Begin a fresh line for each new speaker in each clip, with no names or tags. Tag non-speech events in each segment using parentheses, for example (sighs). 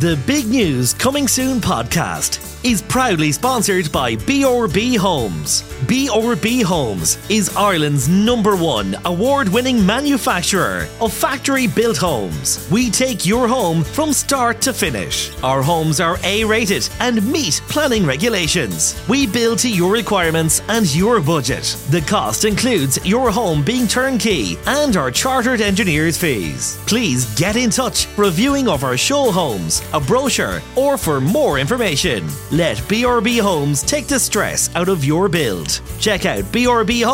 The Big News Coming Soon podcast is proudly sponsored by BRB Homes. BRB Homes is Ireland's number one award winning manufacturer of factory built homes. We take your home from start to finish. Our homes are A rated and meet planning regulations. We build to your requirements and your budget. The cost includes your home being turnkey and our chartered engineer's fees. Please get in touch for viewing of our show homes, a brochure, or for more information. Let BRB Homes take the stress out of your build. Check out brbhomes.ie.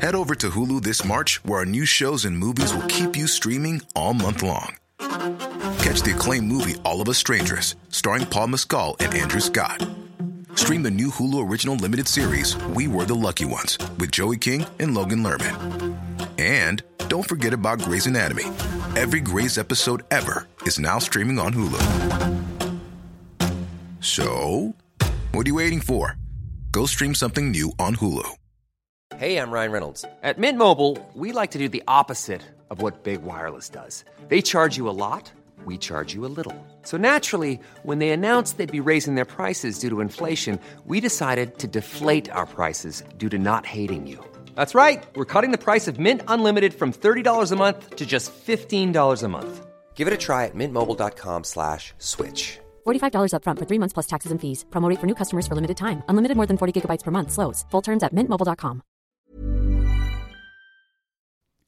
Head over to Hulu this March, where our new shows and movies will keep you streaming all month long. Catch the acclaimed movie All of Us Strangers, starring Paul Mescal and Andrew Scott. Stream the new Hulu original limited series We Were the Lucky Ones with Joey King and Logan Lerman. And don't forget about Grey's Anatomy. Every Grey's episode ever is now streaming on Hulu. So, what are you waiting for? Go stream something new on Hulu.
Hey, I'm Ryan Reynolds. At Mint Mobile, we like to do the opposite of what Big Wireless does. They charge you a lot, we charge you a little. So naturally, when they announced they'd be raising their prices due to inflation, we decided to deflate our prices due to not hating you. That's right. We're cutting the price of Mint Unlimited from $30 a month to just $15 a month. Give it a try at mintmobile.com slash switch.
$45 up front for three months plus taxes and fees. Promote for new customers for limited time. Unlimited more than 40 gigabytes per month. Slows. Full terms at mintmobile.com.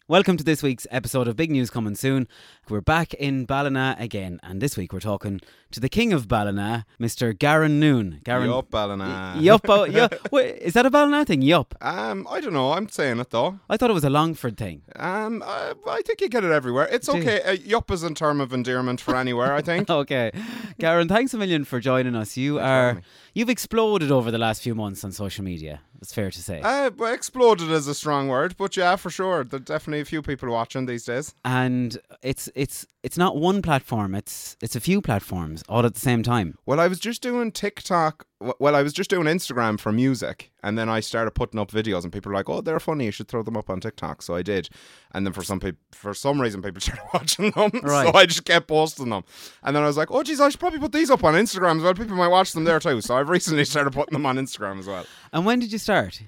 Welcome to this week's episode of Big News Coming Soon. We're back in Ballina again, and this week we're talking to the king of Ballina, Mr. Garen Noon. Garen,
Yup, Ballina.
Yup, oh, yup. Wait, is that a Ballina thing? Yup.
Um, I don't know. I'm saying it though.
I thought it was a Longford thing.
Um, I, I think you get it everywhere. It's
Do you?
okay. Uh, yup is in term of endearment for anywhere.
(laughs)
I think.
Okay, Garen, thanks a million for joining us. You are you've exploded over the last few months on social media. It's fair to say.
Uh, well, exploded is a strong word, but yeah, for sure. There's definitely a few people watching these days.
and it's it's it's not one platform. It's it's a few platforms all at the same time.
Well, I was just doing TikTok. w- Well, I was just doing Instagram for music, and then I started putting up videos, and people were like, "Oh, they're funny. You should throw them up on TikTok." So I did, and then for some people, for some reason, people (laughs) started watching them.
Right.
So I just kept posting them, and then I was like, "Oh, geez, I should probably put these up on Instagram as well. People might watch them there too." So I've (laughs) recently started putting them on Instagram as well.
And when did you start?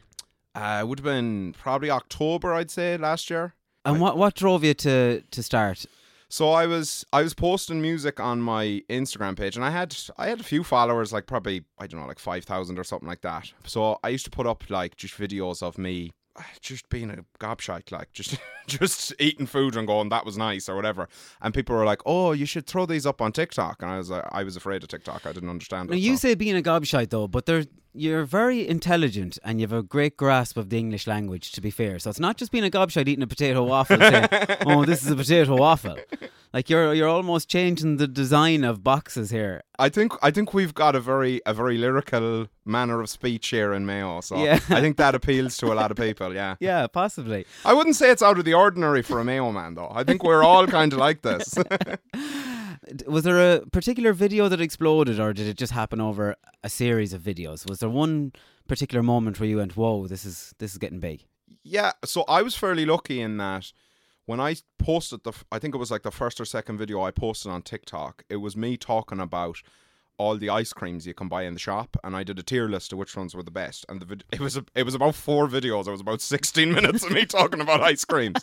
Uh, it would have been probably October, I'd say, last year.
And what what drove you to to start?
So I was I was posting music on my Instagram page, and I had I had a few followers, like probably I don't know, like five thousand or something like that. So I used to put up like just videos of me uh, just being a gobshite, like just (laughs) just eating food and going that was nice or whatever. And people were like, "Oh, you should throw these up on TikTok." And I was like, I was afraid of TikTok. I didn't understand
Now
it.
you
so-
say being a gobshite though, but there you're very intelligent and you have a great grasp of the English language. To be fair, so it's not just being a gobshite eating a potato waffle.
(laughs)
saying, oh, this is a potato waffle. Like you're you're almost changing the design of boxes here.
I think I think we've got a very a very lyrical manner of speech here in Mayo. So
Yeah.
I think that appeals to a lot of people. Yeah.
Yeah, possibly.
I wouldn't say it's out of the ordinary for a Mayo man, though. I think we're all kind of like this.
D- Was there a particular video that exploded, or did it just happen over a series of videos? Was there one particular moment where you went, "Whoa, this is this is getting big"?
yeah, so I was fairly lucky in that when I posted the, f- I think it was like the first or second video I posted on TikTok, it was me talking about all the ice creams you can buy in the shop, and I did a tier list of which ones were the best. And the vid- it was a, it was about four videos. It was about sixteen minutes of me talking about ice creams,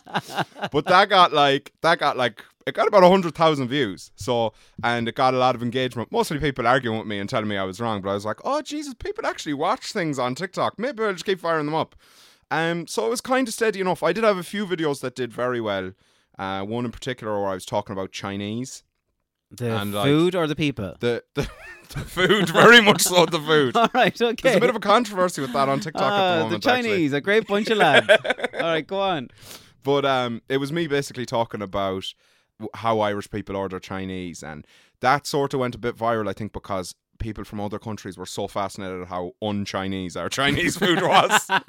but that got like that got like it got about hundred thousand views. So and it got a lot of engagement. Mostly people arguing with me and telling me I was wrong, but I was like, oh Jesus, people actually watch things on TikTok. Maybe I'll just keep firing them up. Um, so it was kind of steady enough. I did have a few videos that did very well. Uh, one in particular where I was talking about Chinese.
The
And, like,
food or the people?
The the, (laughs) the food, very much so the food.
All right, (laughs) okay.
There's a bit of a controversy with that on TikTok at
Ah,
the moment. actually.
Chinese, a great bunch of
(laughs)
lads. All right, go on.
But um, it was me basically talking about w- how Irish people order Chinese, and that sort of went a bit viral, I think, because people from other countries were so fascinated at how un-Chinese our (laughs) Chinese food was. um,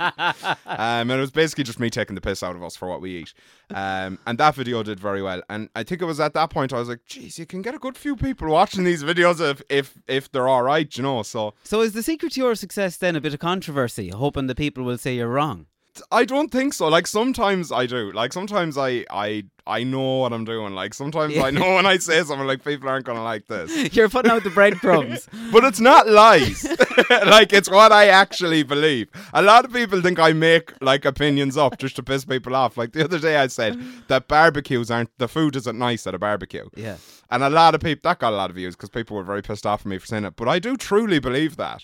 and it was basically just me taking the piss out of us for what we eat. Um, and that video did very well. And I think it was at that point I was like, "Geez, you can get a good few people watching these videos if if if they're all right, you know." So
So, is the secret to your success then a bit of controversy, hoping the people will say you're wrong? (laughs)
I don't think so. Like sometimes I do. Like sometimes I I I know what I'm doing. Like sometimes I know when I say something like people aren't gonna like this.
You're putting out the
(laughs)
breadcrumbs.
But it's not lies. (laughs) like it's what I actually believe. A lot of people think I make like opinions up just to piss people off. Like the other day I said that barbecues aren't the food isn't nice at a barbecue.
Yeah.
And a lot of people that got a lot of views because people were very pissed off at me for saying it. But I do truly believe that.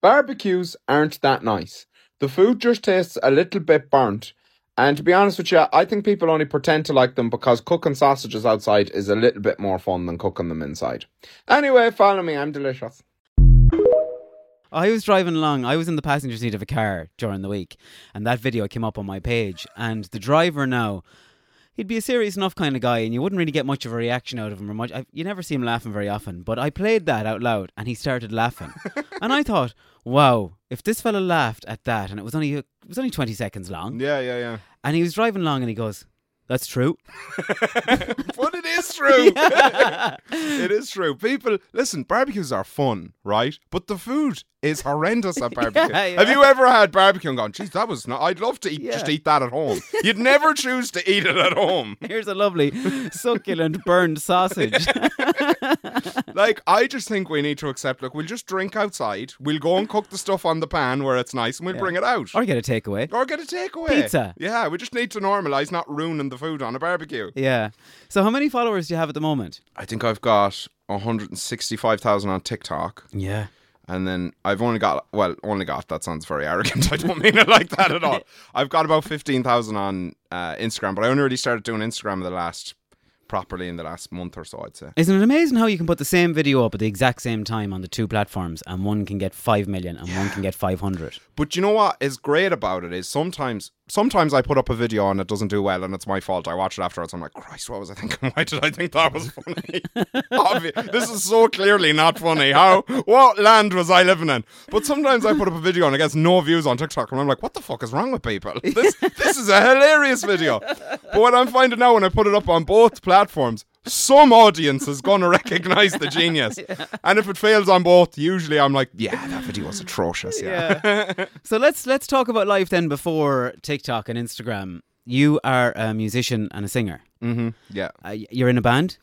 Barbecues aren't that nice. The food just tastes a little bit burnt. And to be honest with you, I think people only pretend to like them because cooking sausages outside is a little bit more fun than cooking them inside. Anyway, follow me, I'm delicious.
I was driving along. I was in the passenger seat of a car during the week, and that video came up on my page. And the driver now, he'd be a serious enough kind of guy, and you wouldn't really get much of a reaction out of him or much. I, you never see him laughing very often. But I played that out loud, and he started laughing,
(laughs)
and I thought, wow, if this fella laughed at that, and it was only it was only twenty seconds long,
Yeah, yeah, yeah.
and he was driving along, and he goes, "That's true." (laughs)
But it is true. it is true. People, listen, barbecues are fun, right? But the food is horrendous at barbecue.
(laughs) Yeah, yeah.
Have you ever had barbecue and gone, geez, that was not, I'd love to eat, just eat that at home. You'd never choose to eat it
(laughs)
at home.
Here's a lovely, succulent, burned sausage. (laughs)
Like, I just think we need to accept, look, we'll just drink outside. We'll go and cook the stuff on the pan where it's nice and we'll bring it out.
or get a takeaway.
Or get a takeaway.
Pizza.
Yeah, we just need to normalise not ruining the food on a barbecue.
Yeah. So, how many followers do you have at the moment?
I think I've got 165,000 on TikTok.
Yeah.
and then I've only got well, only got that sounds very arrogant. (laughs) I don't mean it like that at all. I've got about fifteen thousand on uh, Instagram, but I only really started doing Instagram in the last properly in the last month or so. I'd say.
Isn't it amazing how you can put the same video up at the exact same time on the two platforms and one can get 5 million and one can get 500?
But you know what is great about it is sometimes sometimes I put up a video and it doesn't do well and it's my fault. I watch it afterwards. I'm like, Christ, what was I thinking? (laughs) Why did I think that was funny? Obvi- this is so clearly not funny. How what land was I living in? But sometimes I put up a video and it gets no views on TikTok and I'm like, what the fuck is wrong with people? This this is a hilarious video. But what I'm finding now when I put it up on both platforms. Some audience is going to recognize the genius. And if it fails on both, usually I'm like, yeah, that video was atrocious. yeah.
So let's let's talk about life then before TikTok and Instagram. You are a musician and a singer.
(laughs) Yeah.
Uh, y- you're in a band?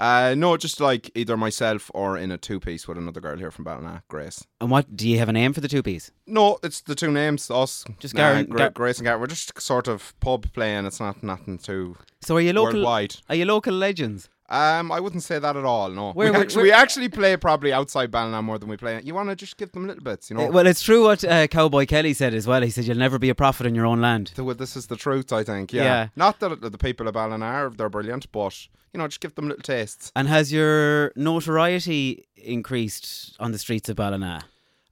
Uh, no, just like either myself or in a two piece with another girl here from Ballina, Grace.
And what do you have a name for the two piece?
No, it's the two names, us.
Just
Nah,
Garen-
Gra-
Gar-
Grace and Garrett. We're just sort of pub playing. It's not nothing too.
So are you local
Worldwide.
Are you local legends?
Um, I wouldn't say that at all. No,
Where-
we,
where-
act-
where-
we actually play probably outside Ballina more than we play. You want to just give them little bits, you know.
Uh, Well, it's true what uh, Cowboy Kelly said as well. He said you'll never be a prophet in your own land.
Th- well, this is the truth, I think. Yeah.
Yeah.
Not that the people of Ballina are they're brilliant, but you know, just give them little tastes.
And has your notoriety increased on the streets of Ballina?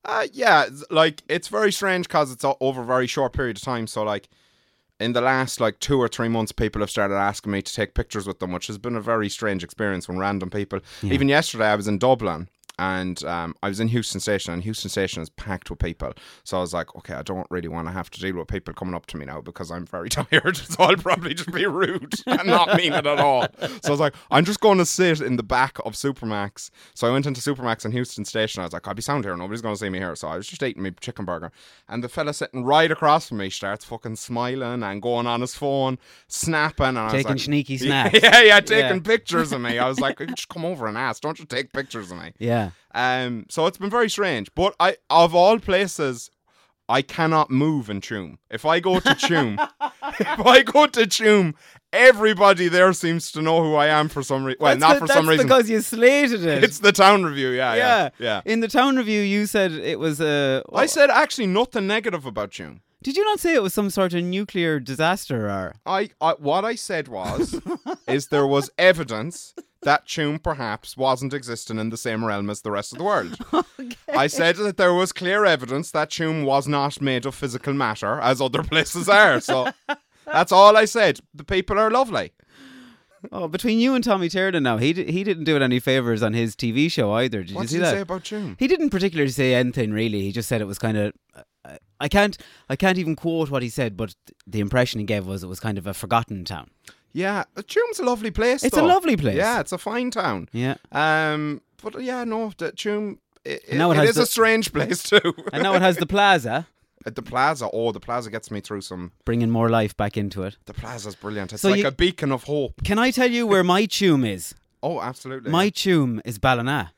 Uh, yeah, it's- like it's very strange because it's o- over a very short period of time. So like in the last like two or three months, people have started asking me to take pictures with them, which has been a very strange experience when random people. Even yesterday, I was in Dublin. And um, I was in Houston Station, and Houston Station is packed with people. So I was like, okay, I don't really want to have to deal with people coming up to me now because I'm very (laughs) tired. So I'll probably just be rude (laughs) and not mean it at all. So I was like, I'm just going to sit in the back of Supermax. So I went into Supermax in Houston Station. I was like, I'll be sound here. Nobody's going to see me here. So I was just eating my chicken burger. And the fella sitting right across from me starts fucking smiling and going on his phone, snapping. And I was
Taking
like,
sneaky
(laughs) Yeah,
snaps.
Yeah, yeah, taking pictures of me. I was like, just come over and ask. Don't you take pictures of me.
Yeah.
Um, so it's been very strange. But I, of all places, I cannot move in Chum. If I go
(laughs)
to Chum, (laughs) if I go to Chum, everybody there seems to know who I am for some reason. Well,
That's
not
the-
for some
that's
reason.
because you slated it.
(laughs) it's the town review. Yeah, yeah, yeah.
In the town review, you said it was a.
I said actually nothing negative about Chum.
Did you not say it was some sort of nuclear disaster? Or
I, I what I said
(laughs)
was is there was evidence that Chum perhaps wasn't existing in the same realm as the rest of the world. I said that there was clear evidence that Chum was not made of physical matter as other places are.
(laughs)
So that's all I said. The people are lovely.
oh, between you and Tommy Sheridan now, he di- he didn't do it any favors on his TV show either. Did you
What did
see
he
that?
say about Chum?
He didn't particularly say anything really. He just said it was kind of. I- I can't. I can't even quote what he said, but the impression he gave was it was kind of a forgotten town.
Yeah, uh, Chum's a lovely place.
It's a
though.
lovely place.
Yeah, it's a fine town.
Yeah.
Um, but yeah, no, that Chum. It,
And now it
it
has
is
the-
a strange place too.
And now it has the plaza.
(laughs)
(laughs)
At the plaza, oh, the plaza gets me through some.
Bringing more life back into it.
The plaza's brilliant. It's
So
like
you-
a beacon of hope.
Can I tell you where my tomb is?
Oh, absolutely.
My tomb is Ballina.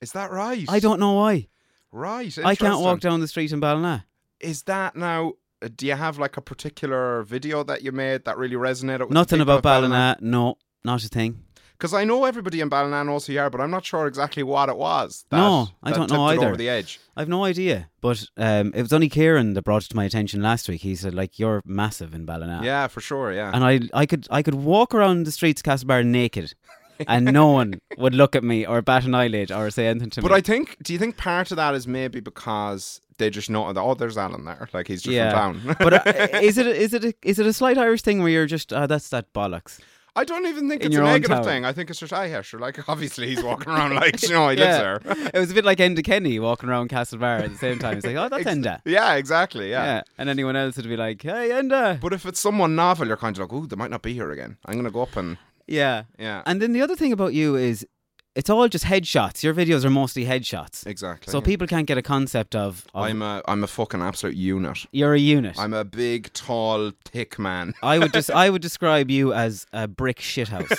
is that right?
I don't know why.
Right.
I can't walk
interesting.
down the street in Ballina.
Is that now? uh, Do you have like a particular video that you made that really resonated? with
Nothing
the
about Ballina. No, not a thing.
Because I know everybody in Ballina knows who you are, but I'm not sure exactly what it was. That,
No, I
that
don't know
tipped it
either.
Over the edge.
I've no idea, but um, it was only Kieran that brought it to my attention last week. He said, "Like you're massive in Ballina."
Yeah, for sure. Yeah.
and I, I could, I could walk around the streets of Castlebar naked, and
(laughs)
no one would look at me or bat an eyelid or say anything to
But
me.
I think, do you think part of that is maybe because they just know that oh, there's Alan there, like he's just from town.
(laughs) but uh, is it is it a, is it a slight Irish thing where you're just ah that's that bollocks?
(laughs) I don't even think
In
it's a
your own
negative
town.
thing. I think it's just I Hesher. Like (laughs) obviously he's walking around like you know he lives there.
(laughs) it was a bit like Enda Kenny walking around Castlebar at the same time. It's like, oh, that's Enda.
Yeah, exactly. Yeah.
and anyone else would be like, hey, Enda.
But if it's someone novel, you're kind of like, ooh, they might not be here again. I'm gonna go up and
yeah,
yeah,
And then the other thing about you is, it's all just headshots. Your videos are mostly headshots,
exactly.
so people can't get a concept of. of
I'm a I'm a fucking absolute unit.
you're a unit.
I'm a big, tall, thick man.
I would just I would describe you as a brick shithouse.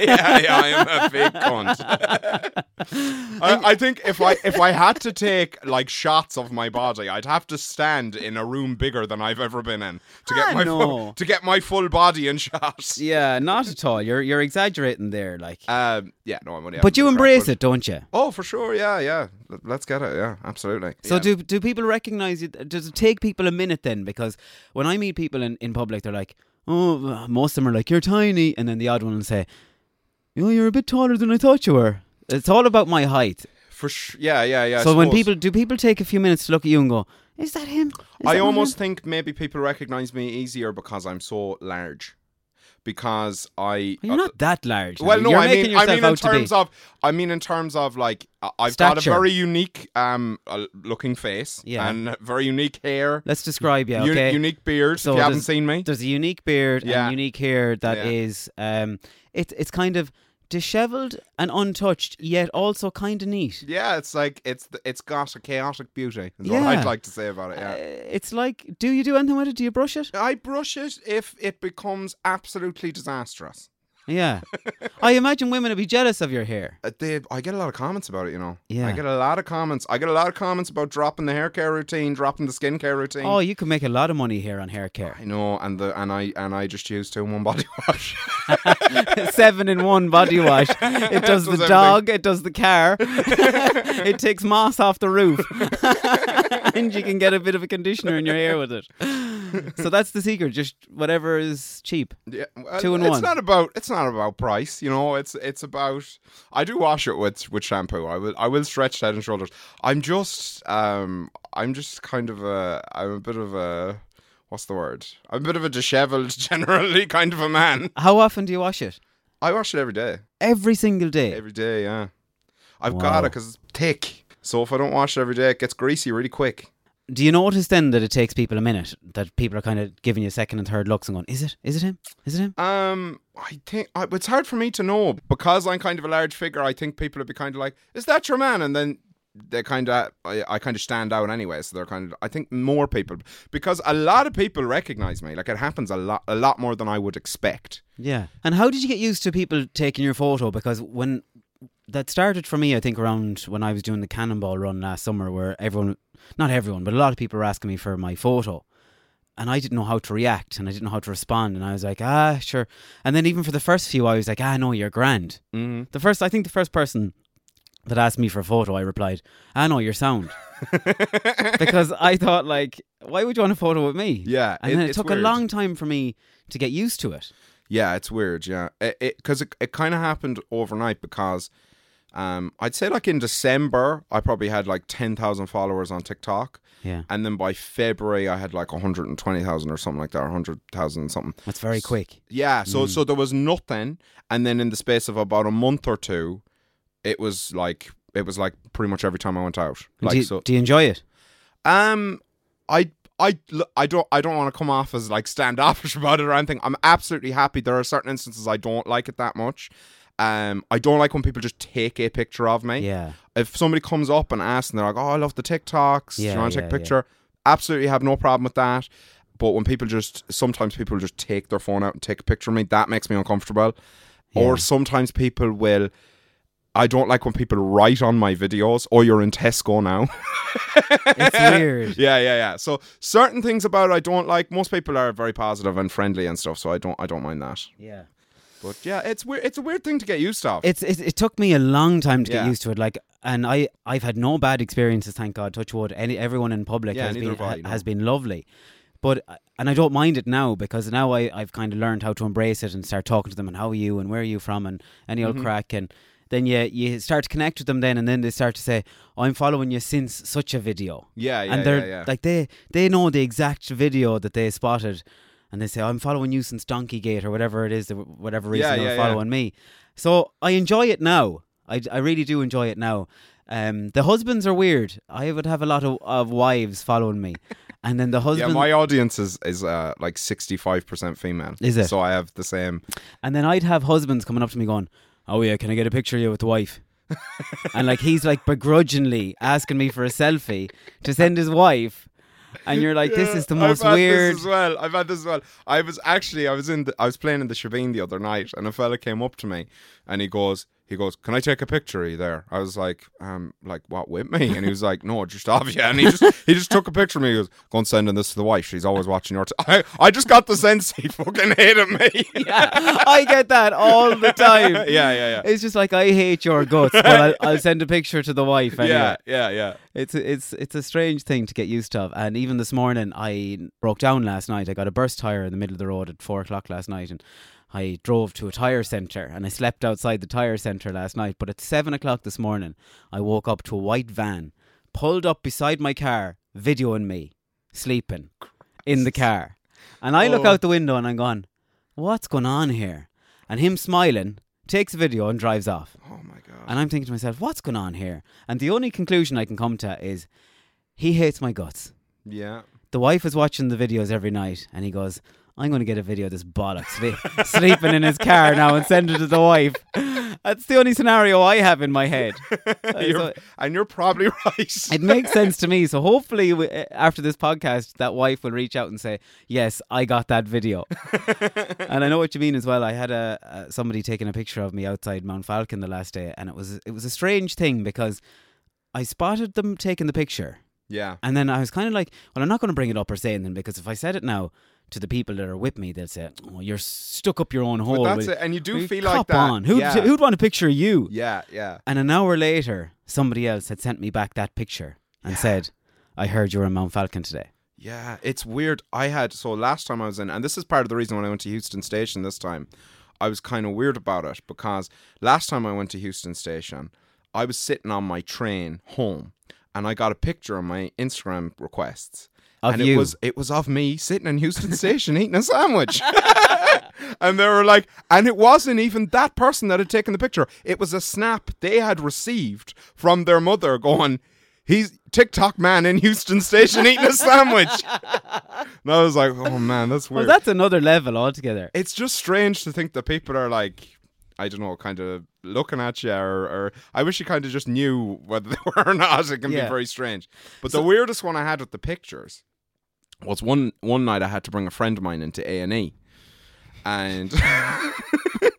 (laughs) (laughs) yeah, yeah, I am a big cunt. (laughs) I, I think if I if I had to take like shots of my body, I'd have to stand in a room bigger than I've ever been in to get
Ah,
my
no.
full, to get my full body in shots.
yeah, not at all. You're you're exaggerating there, like.
Um, yeah, no, I'm only.
but you embrace it, don't you?
Oh, for sure. Yeah, yeah. L- Let's get it. Yeah, absolutely.
So
Yeah.
do do people recognize you? Does it take people a minute then? Because when I meet people in, in public, they're like, oh, most of them are like, you're tiny, and then the odd one will say, you know, you're a bit taller than I thought you were. It's all about my height.
for sh- yeah, yeah, yeah. I
so when
suppose.
people do people take a few minutes to look at you and go, is that him? Is that
I
not
almost
him?"
think maybe people recognize me easier because I'm so large. Because I uh,
But you're not that large.
Well, no,
you're
I
making
mean, I
yourself
mean in
out to be.
terms of, I mean in terms of like, I- I've got a
Stature.
very unique um uh, looking face,
Yeah.
and very unique hair,
Let's describe you,
uni-
okay?
unique beard. if you haven't
there's-
seen me,
There's a unique beard
Yeah.
and unique hair that
Yeah.
is, um, it's it's kind of dishevelled and untouched, yet also kind of neat.
yeah, it's like it's th- it's got a chaotic beauty. Is
Yeah.
what I'd like to say about it. Yeah.
Uh, It's like, do you do anything with it? Do you brush it?
I brush it if it becomes absolutely disastrous. (laughs)
Yeah. I imagine women would be jealous of your hair.
Uh, They, I get a lot of comments about it, you know. I
Yeah.
get a lot of comments. I get a lot of comments about dropping the hair care routine, dropping the skincare routine.
Oh, you could make a lot of money here on hair care.
I know, and the and I and I just use two in one body (laughs) wash.
(laughs) Seven in one body
(laughs)
wash. It does,
Does
the
everything.
dog, it does the
(laughs)
car, (laughs) it takes moss off the roof, (laughs) and you can get a bit of a conditioner in your hair with
(laughs)
it. So that's the secret. Just whatever is cheap.
Yeah,
(laughs)
well,
Two in
it's
one.
not about it's not about price, you know. It's it's about I do wash it with with shampoo. I will I will stretch head and shoulders. I'm just um I'm just kind of a I'm a bit of a what's the word? I'm a bit of a dishevelled, (laughs) generally kind of a man.
How often do you wash it?
I wash it every day,
Every single day.
every day. Yeah, I've got
Wow.
it because it's thick. So if I don't wash it every day, it gets greasy really quick.
Do you notice then that it takes people a minute? That people are kind of giving you second and third looks and going, "Is it? Is it him? Is it him?"
Um, I think I, it's hard for me to know because I'm kind of a large figure. I think people would be kind of like, "Is that your man?" And then they kind of, I, I kind of stand out anyway. So they're kind of, I think more people because a lot of people recognize me. Like it happens a lot, a lot more than I would expect.
Yeah. And how did you get used to people taking your photo? Because when that started for me, I think around when I was doing the cannonball run last summer, where everyone, not everyone, but a lot of people were asking me for my photo. And I didn't know how to react and I didn't know how to respond. And I was like, ah, sure. And then even for the first few, I was like, ah, no, you're grand. Mm-hmm. The first, I think the first person that asked me for a photo, I replied, ah, no, you're
(laughs)
sound. because I thought, like, why would you want a photo with me?
Yeah,
And
it-
then it
it's
took
weird.
a long time for me to get used to it.
Yeah, it's weird. Yeah, it because it, it, kind of happened overnight because. Um, I'd say like in December, I probably had like ten thousand followers on TikTok,
Yeah.
and then by February, I had like one hundred and twenty thousand or something like that, or hundred thousand something.
That's very quick.
Yeah,
Hmm.
so so there was nothing, and then in the space of about a month or two, it was like it was like pretty much every time I went out.
And
Like
do, you,
so,
do you enjoy it?
um, I I look, I don't I don't want to come off as like standoffish (laughs) about it or anything. I'm absolutely happy. There are certain instances I don't like it that much. Um, I don't like when people just take a picture of me.
Yeah.
(laughs) If somebody comes up and asks, and they're like, "Oh, I love the TikToks. Do
Yeah,
you want to take
yeah,
a picture?" Absolutely have no problem with that. But when people just sometimes people just take their phone out and take a picture of me, that makes me uncomfortable. Or sometimes people will I don't like when people write on my videos, or you're in Tesco now.
It's weird.
yeah, yeah, yeah. So certain things about it I don't like. Most people are very positive and friendly and stuff, so I don't I don't mind that.
Yeah.
But yeah, it's weird it's a weird thing to get used to.
It's it, it took me a long time to get
Yeah.
used to it. Like, and I I've had no bad experiences, thank God. Touch wood. Any everyone in public
Yeah,
has
neither
been
have I,
ha-
no.
has been lovely. But uh, and I don't mind it now because now I I've kind of learned how to embrace it and start talking to them and how are you and where are you from and any
Mm-hmm.
old crack and then you you start to connect with them then and then they start to say I'm following you since such a video
Yeah, yeah,
and they're
yeah, yeah.
like they they know the exact video that they spotted and they say I'm following you since Donkey Gate or whatever it is that- whatever reason
Yeah,
they were
yeah, yeah.
following me. So I enjoy it now. I, I really do enjoy it now. Um, the husbands are weird. I would have a lot of, of wives following me, and then the
(laughs) yeah,
husband
my audience is is uh, like sixty five percent female.
Is it?
So I have the same.
and then I'd have husbands coming up to me going, "Oh yeah, can I get a picture of you with the
(laughs)
wife?" and like he's like begrudgingly asking me for a selfie to send his wife, and you're like, "This is the
I've
most
had this
weird."
as well. I've had this as well. I was actually I was in the, I was playing in the Shebeen the other night, and a fella came up to me, and he goes. He goes, "Can I take a picture of you there?" I was like, "Um, like what with me?" And he was like, "No, just off you." And he just he just took a picture of me. He goes, "Go and send this to the wife. She's always watching your." T-. (laughs) I I just got the sense he fucking
(laughs)
hated me.
Yeah, (laughs) I get that all
(laughs)
the time.
Yeah, yeah, yeah.
It's just like I hate your guts, but I'll, I'll send a picture to the wife. Anyway.
(laughs) yeah, yeah, yeah.
It's a- it's it's a strange thing to get used to, and even this morning I broke down last night. I got a burst tire in the middle of the road at four o'clock last night, and I drove to a tire center and I slept outside the tire center last night. But at seven o'clock this morning, I woke up to a white van pulled up beside my car, videoing me sleeping in the car, and I
Oh.
look out the window and I'm going, "What's going on here?" And him smiling takes a video and drives off.
Oh my god.
And I'm thinking to myself, what's going on here? And the only conclusion I can come to is he hates my guts.
Yeah.
The wife is watching the videos every night and he goes, I'm going to get a video of this bollock
(laughs)
sle- sleeping in his car now and send it to the wife. That's the only scenario I have in my head. Uh, so
(laughs) You're, and you're probably (laughs) right.
it makes sense to me. So hopefully, w- eh, after this podcast, that wife will reach out and say, "Yes, I got that
(laughs)
video." and I know what you mean as well. I had a uh, somebody taking a picture of me outside Mount Falcon the last day, and it was it was a strange thing because I spotted them taking the picture,
yeah.
and then I was kind of like, "Well, I'm not going to bring it up or say anything because if I said it now." To the people that are with me, they'll say, "Oh, you're stuck up your own hole."
that's
will
it, and you do
Will
feel like
cop
that.
on. Who'd,
Yeah.
who'd want a picture of you?
Yeah, yeah.
And an hour later, somebody else had sent me back that picture and said, I heard you were in Mount Falcon today.
Yeah, it's weird. I had so last time I was in, and this is part of the reason when I went to Houston Station this time, I was kind of weird about it because last time I went to Houston Station, I was sitting on my train home, and I got a picture on my Instagram requests,
Of
and it
you.
was it was of me sitting in Houston Station eating a sandwich. And they were like, and it wasn't even that person that had taken the picture. It was a snap they had received from their mother going, he's TikTok man in Houston Station eating a sandwich.
(laughs)
and I was like, oh man, that's
Well,
weird.
that's another level altogether.
it's just strange to think that people are like, I don't know, kind of looking at you, or, or I wish you kind of just knew whether (laughs) they were or not. It can
Yeah.
be very strange. But the weirdest one I had with the pictures was one one night I had to bring a friend of mine into A and E,
(laughs)
and. (laughs)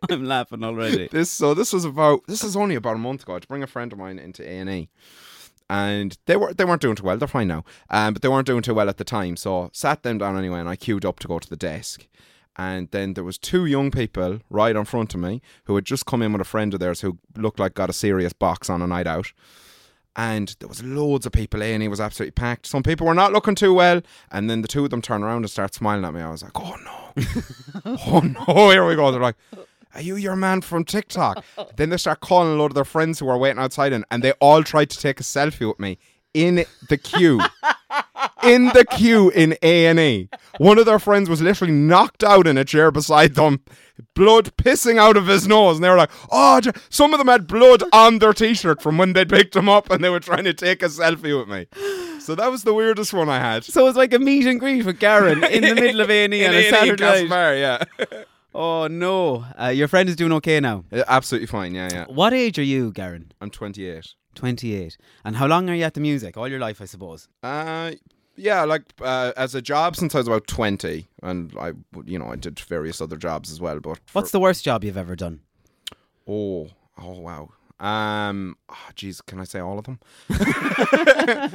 I'm laughing already.
This so this was about this is only about a month ago. I had to bring a friend of mine into A and E, and they were they weren't doing too well. They're fine now, um, but they weren't doing too well at the time. So sat them down anyway, and I queued up to go to the desk. And then there was two young people right in front of me who had just come in with a friend of theirs who looked like got a serious box on a night out and there was loads of people in. He was absolutely packed. Some people were not looking too well, and then the two of them turn around and start smiling at me. I was like, "Oh no, (laughs) oh no, here we go." They're like, "Are you your man from TikTok?"
(laughs)
then they start calling a load of their friends who are waiting outside, and and they all tried to take a selfie with me in the
(laughs)
queue. In the queue in A and E, one of their friends was literally knocked out in a chair beside them, blood pissing out of his nose, and they were like, "Oh!" j-" Some of them had blood on their T-shirt from when they picked them up, and they were trying to take a selfie with me. So that was the weirdest one I
(laughs)
had
So it's like a meet and greet with Garen in the middle (laughs) of A&E on
In
a E
A&E,
Saturday night.
Castlebar, yeah,
Oh, no. Uh, your friend is doing okay now.
(laughs) Yeah, absolutely fine. Yeah, yeah.
What age are you, Garen?
I'm 28.
28. And how long are you at the music? All your life, I suppose.
Uh, yeah, like uh, as a job since I was about twenty, and I, you know, I did various other jobs as well. But for-
What's the worst job you've ever done?
Oh, oh wow. Um, oh, geez, can I say all of them?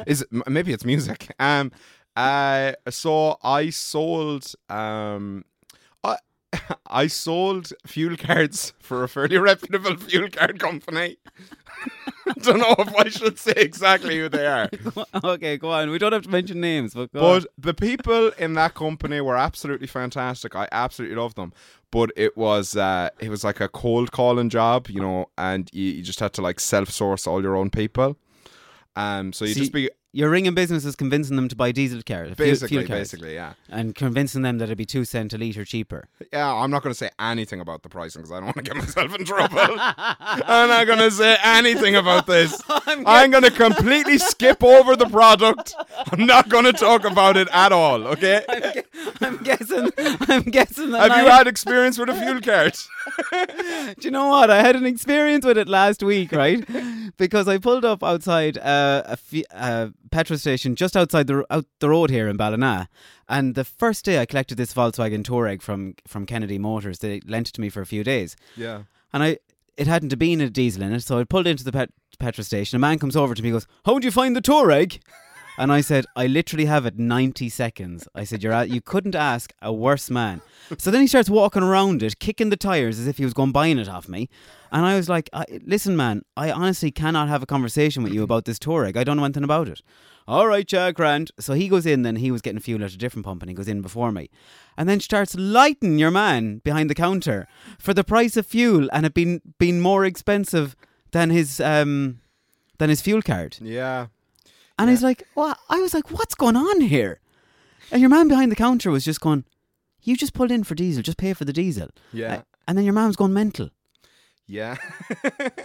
Is it, m- maybe it's music. Um, uh, so I sold um, I, (laughs) I sold fuel cards for a fairly (laughs) reputable fuel card company. (laughs) Don't know if I should say exactly who they are.
(laughs) okay, go on. We don't have to mention names, but go
But
on.
the people in that company were absolutely fantastic. I absolutely love them. But it was uh, it was like a cold calling job, you know, and you, you just had to like self source all your own people. Um, so you
See,
just be
You're ringing businesses, convincing them to buy diesel cars, fuel-
basically,
fuel cars,
basically, yeah,
and convincing them that it'd be two cent a liter
(laughs)
cheaper.
yeah. I'm not going to say anything about the pricing because I don't want to get (laughs) myself
(laughs)
in trouble. I'm not going to say anything
(laughs)
about this. I'm, going to completely skip over the product. I'm not going to talk about it at all. Okay.
(laughs) I'm guessing. I'm guessing that.
Have you
I-
had experience with a fuel card?
(laughs) Do you know what? I had an experience with it last week,
(laughs)
right? because I pulled up outside uh, a fe- uh, petrol station just outside the ro- out the road here in Ballina, and the first day I collected this Volkswagen Touareg from from Kennedy Motors. They lent it to me for a few days,
Yeah.
and I it hadn't a been a diesel in it, so I pulled into the pet- petrol station. A man comes over to me, goes, "How'd you find the Touareg?" (laughs) And I said, "I literally have it 90 seconds." I said, "You're out, you couldn't ask a worse man." So then he starts walking around it, kicking the tires as if he was going buying it off me, and I was like, I, "Listen, man, I honestly cannot have a conversation with you about this Touareg. I don't know anything about it." All right, Jack Grant. So he goes in, then he was getting fuel at a different pump, and he goes in before me. And then starts lighting your man behind the counter for the price of fuel, and it been been more expensive than his um than his fuel card.
Yeah.
And he's like, "What?" I was like, "What's going on here?" And your man behind the counter was just going, "You just pulled in for diesel. Just pay for the diesel."
Yeah.
Uh, and then your man's gone mental.
Yeah. (laughs)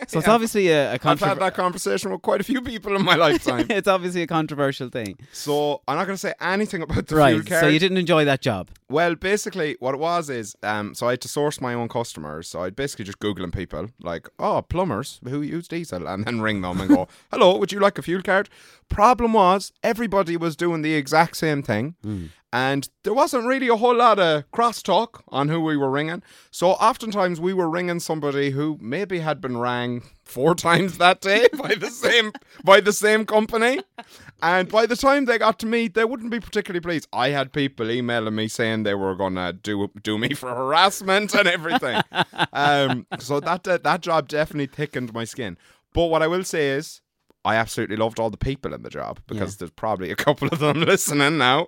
So it's obviously a, a
I've had
controversial.
that conversation with quite a few people in
(laughs)
my lifetime.
it's obviously a controversial thing,
so I'm not going to say anything about the fuel
right?
card.
So you didn't enjoy that job.
Well, basically, what it was is, um, so I had to source my own customers. So I'd basically just googling people like, oh, plumbers who use diesel, and then ring them and
(laughs)
go, hello, would you like a fuel card? Problem was, everybody was doing the exact same thing,
Hmm.
and there wasn't really a whole lot of crosstalk on who we were ringing. So oftentimes we were ringing somebody who maybe had been rang four (laughs) times that day by the same by the same company. And by the time they got to me, they wouldn't be particularly pleased. I had people emailing me saying they were gonna do do me for harassment and everything. um, so that that that job definitely thickened my skin. But what I will say is, I absolutely loved all the people in the job because there's probably a couple of them (laughs) listening now.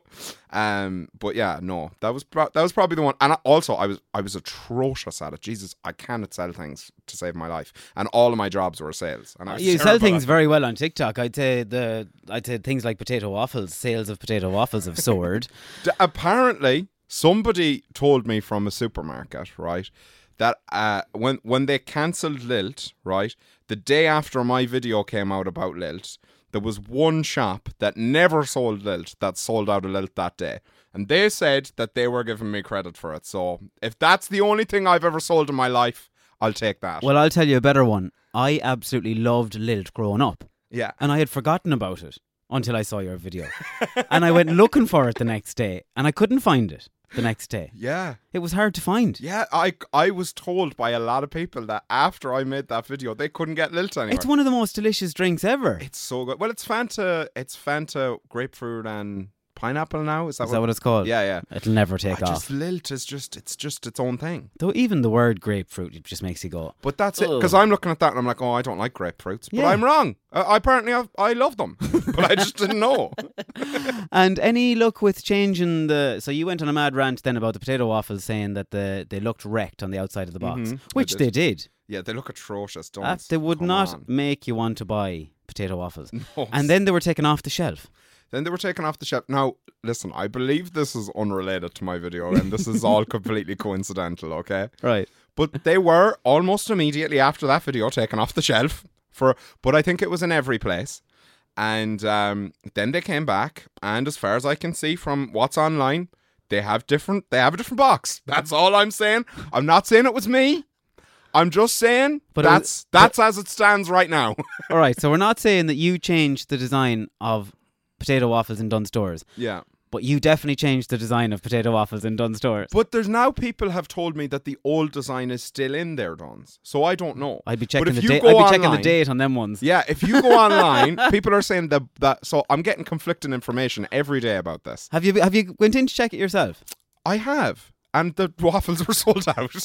Um, but yeah, no, that was pro- that was probably the one. And I, also, I was I was atrocious at it. Jesus, I cannot sell things to save my life, and all of my jobs were sales. And I was
You sell
terrible
things
at-
very well on TikTok. I'd say the I'd say things like potato waffles, sales of potato waffles have
(laughs)
soared.
D- apparently somebody told me from a supermarket right that uh, when when they cancelled lilt right the day after my video came out about lilt there was one shop that never sold lilt that sold out of lilt that day and they said that they were giving me credit for it so if that's the only thing i've ever sold in my life i'll take that
well, I'll tell you a better one. I absolutely loved Lilt growing up,
yeah
and I had forgotten about it until I saw your
(laughs)
video, and I went looking for it the next day, and I couldn't find it the next day.
yeah
It was hard to find.
yeah i i was told by a lot of people that after i made that video they couldn't get lilt anymore
It's one of the most delicious drinks ever.
It's so good. Well, it's Fanta. It's Fanta grapefruit and pineapple now. Is that,
Is that what it's called?
Yeah, yeah.
It'll never
I
take off.
just lilt is just it's just its own thing.
Though even the word grapefruit it just makes you go.
But that's it because
Ugh.
I'm looking at that and I'm like, oh, I don't like grapefruits. But
Oh. Yeah.
I'm wrong. Uh, I apparently i I love them,
(laughs)
but I just didn't know.
And any luck with changing the? So you went on a mad rant then about the potato waffles, saying that the they looked wrecked on the outside of the box, which
did.
they did.
Yeah, Mm-hmm. they look atrocious, don't
Uh,
they?
they would
Come
not
on.
make you want to buy potato waffles.
(laughs) No.
And then they were taken off the shelf.
Then they were taken off the shelf. Now, listen, I believe this is unrelated to my video, and this is
(laughs)
all completely coincidental. Okay.
Right.
But they were almost immediately after that video taken off the shelf for but I think it was in every place. And um, then they came back and as far as I can see from what's online, they have different they have a different box. That's all I'm saying. I'm not saying it was me. I'm just saying
But it was-
that's that's as it stands right now. (laughs)
All right. So we're not saying that you changed the design of potato waffles in Dunn stores.
Yeah.
But you definitely changed the design of potato waffles in Dunn stores.
But there's now people have told me that the old design is still in there, Dons. So I don't know.
I'd be
But
checking
if
the
you
date. I'd be
go
checking the
online-
date on them ones.
Yeah, if you go online, people are saying that that. So I'm getting conflicting information every day about this.
Have you have you went in to check it yourself?
I have, and the waffles were (laughs) sold out,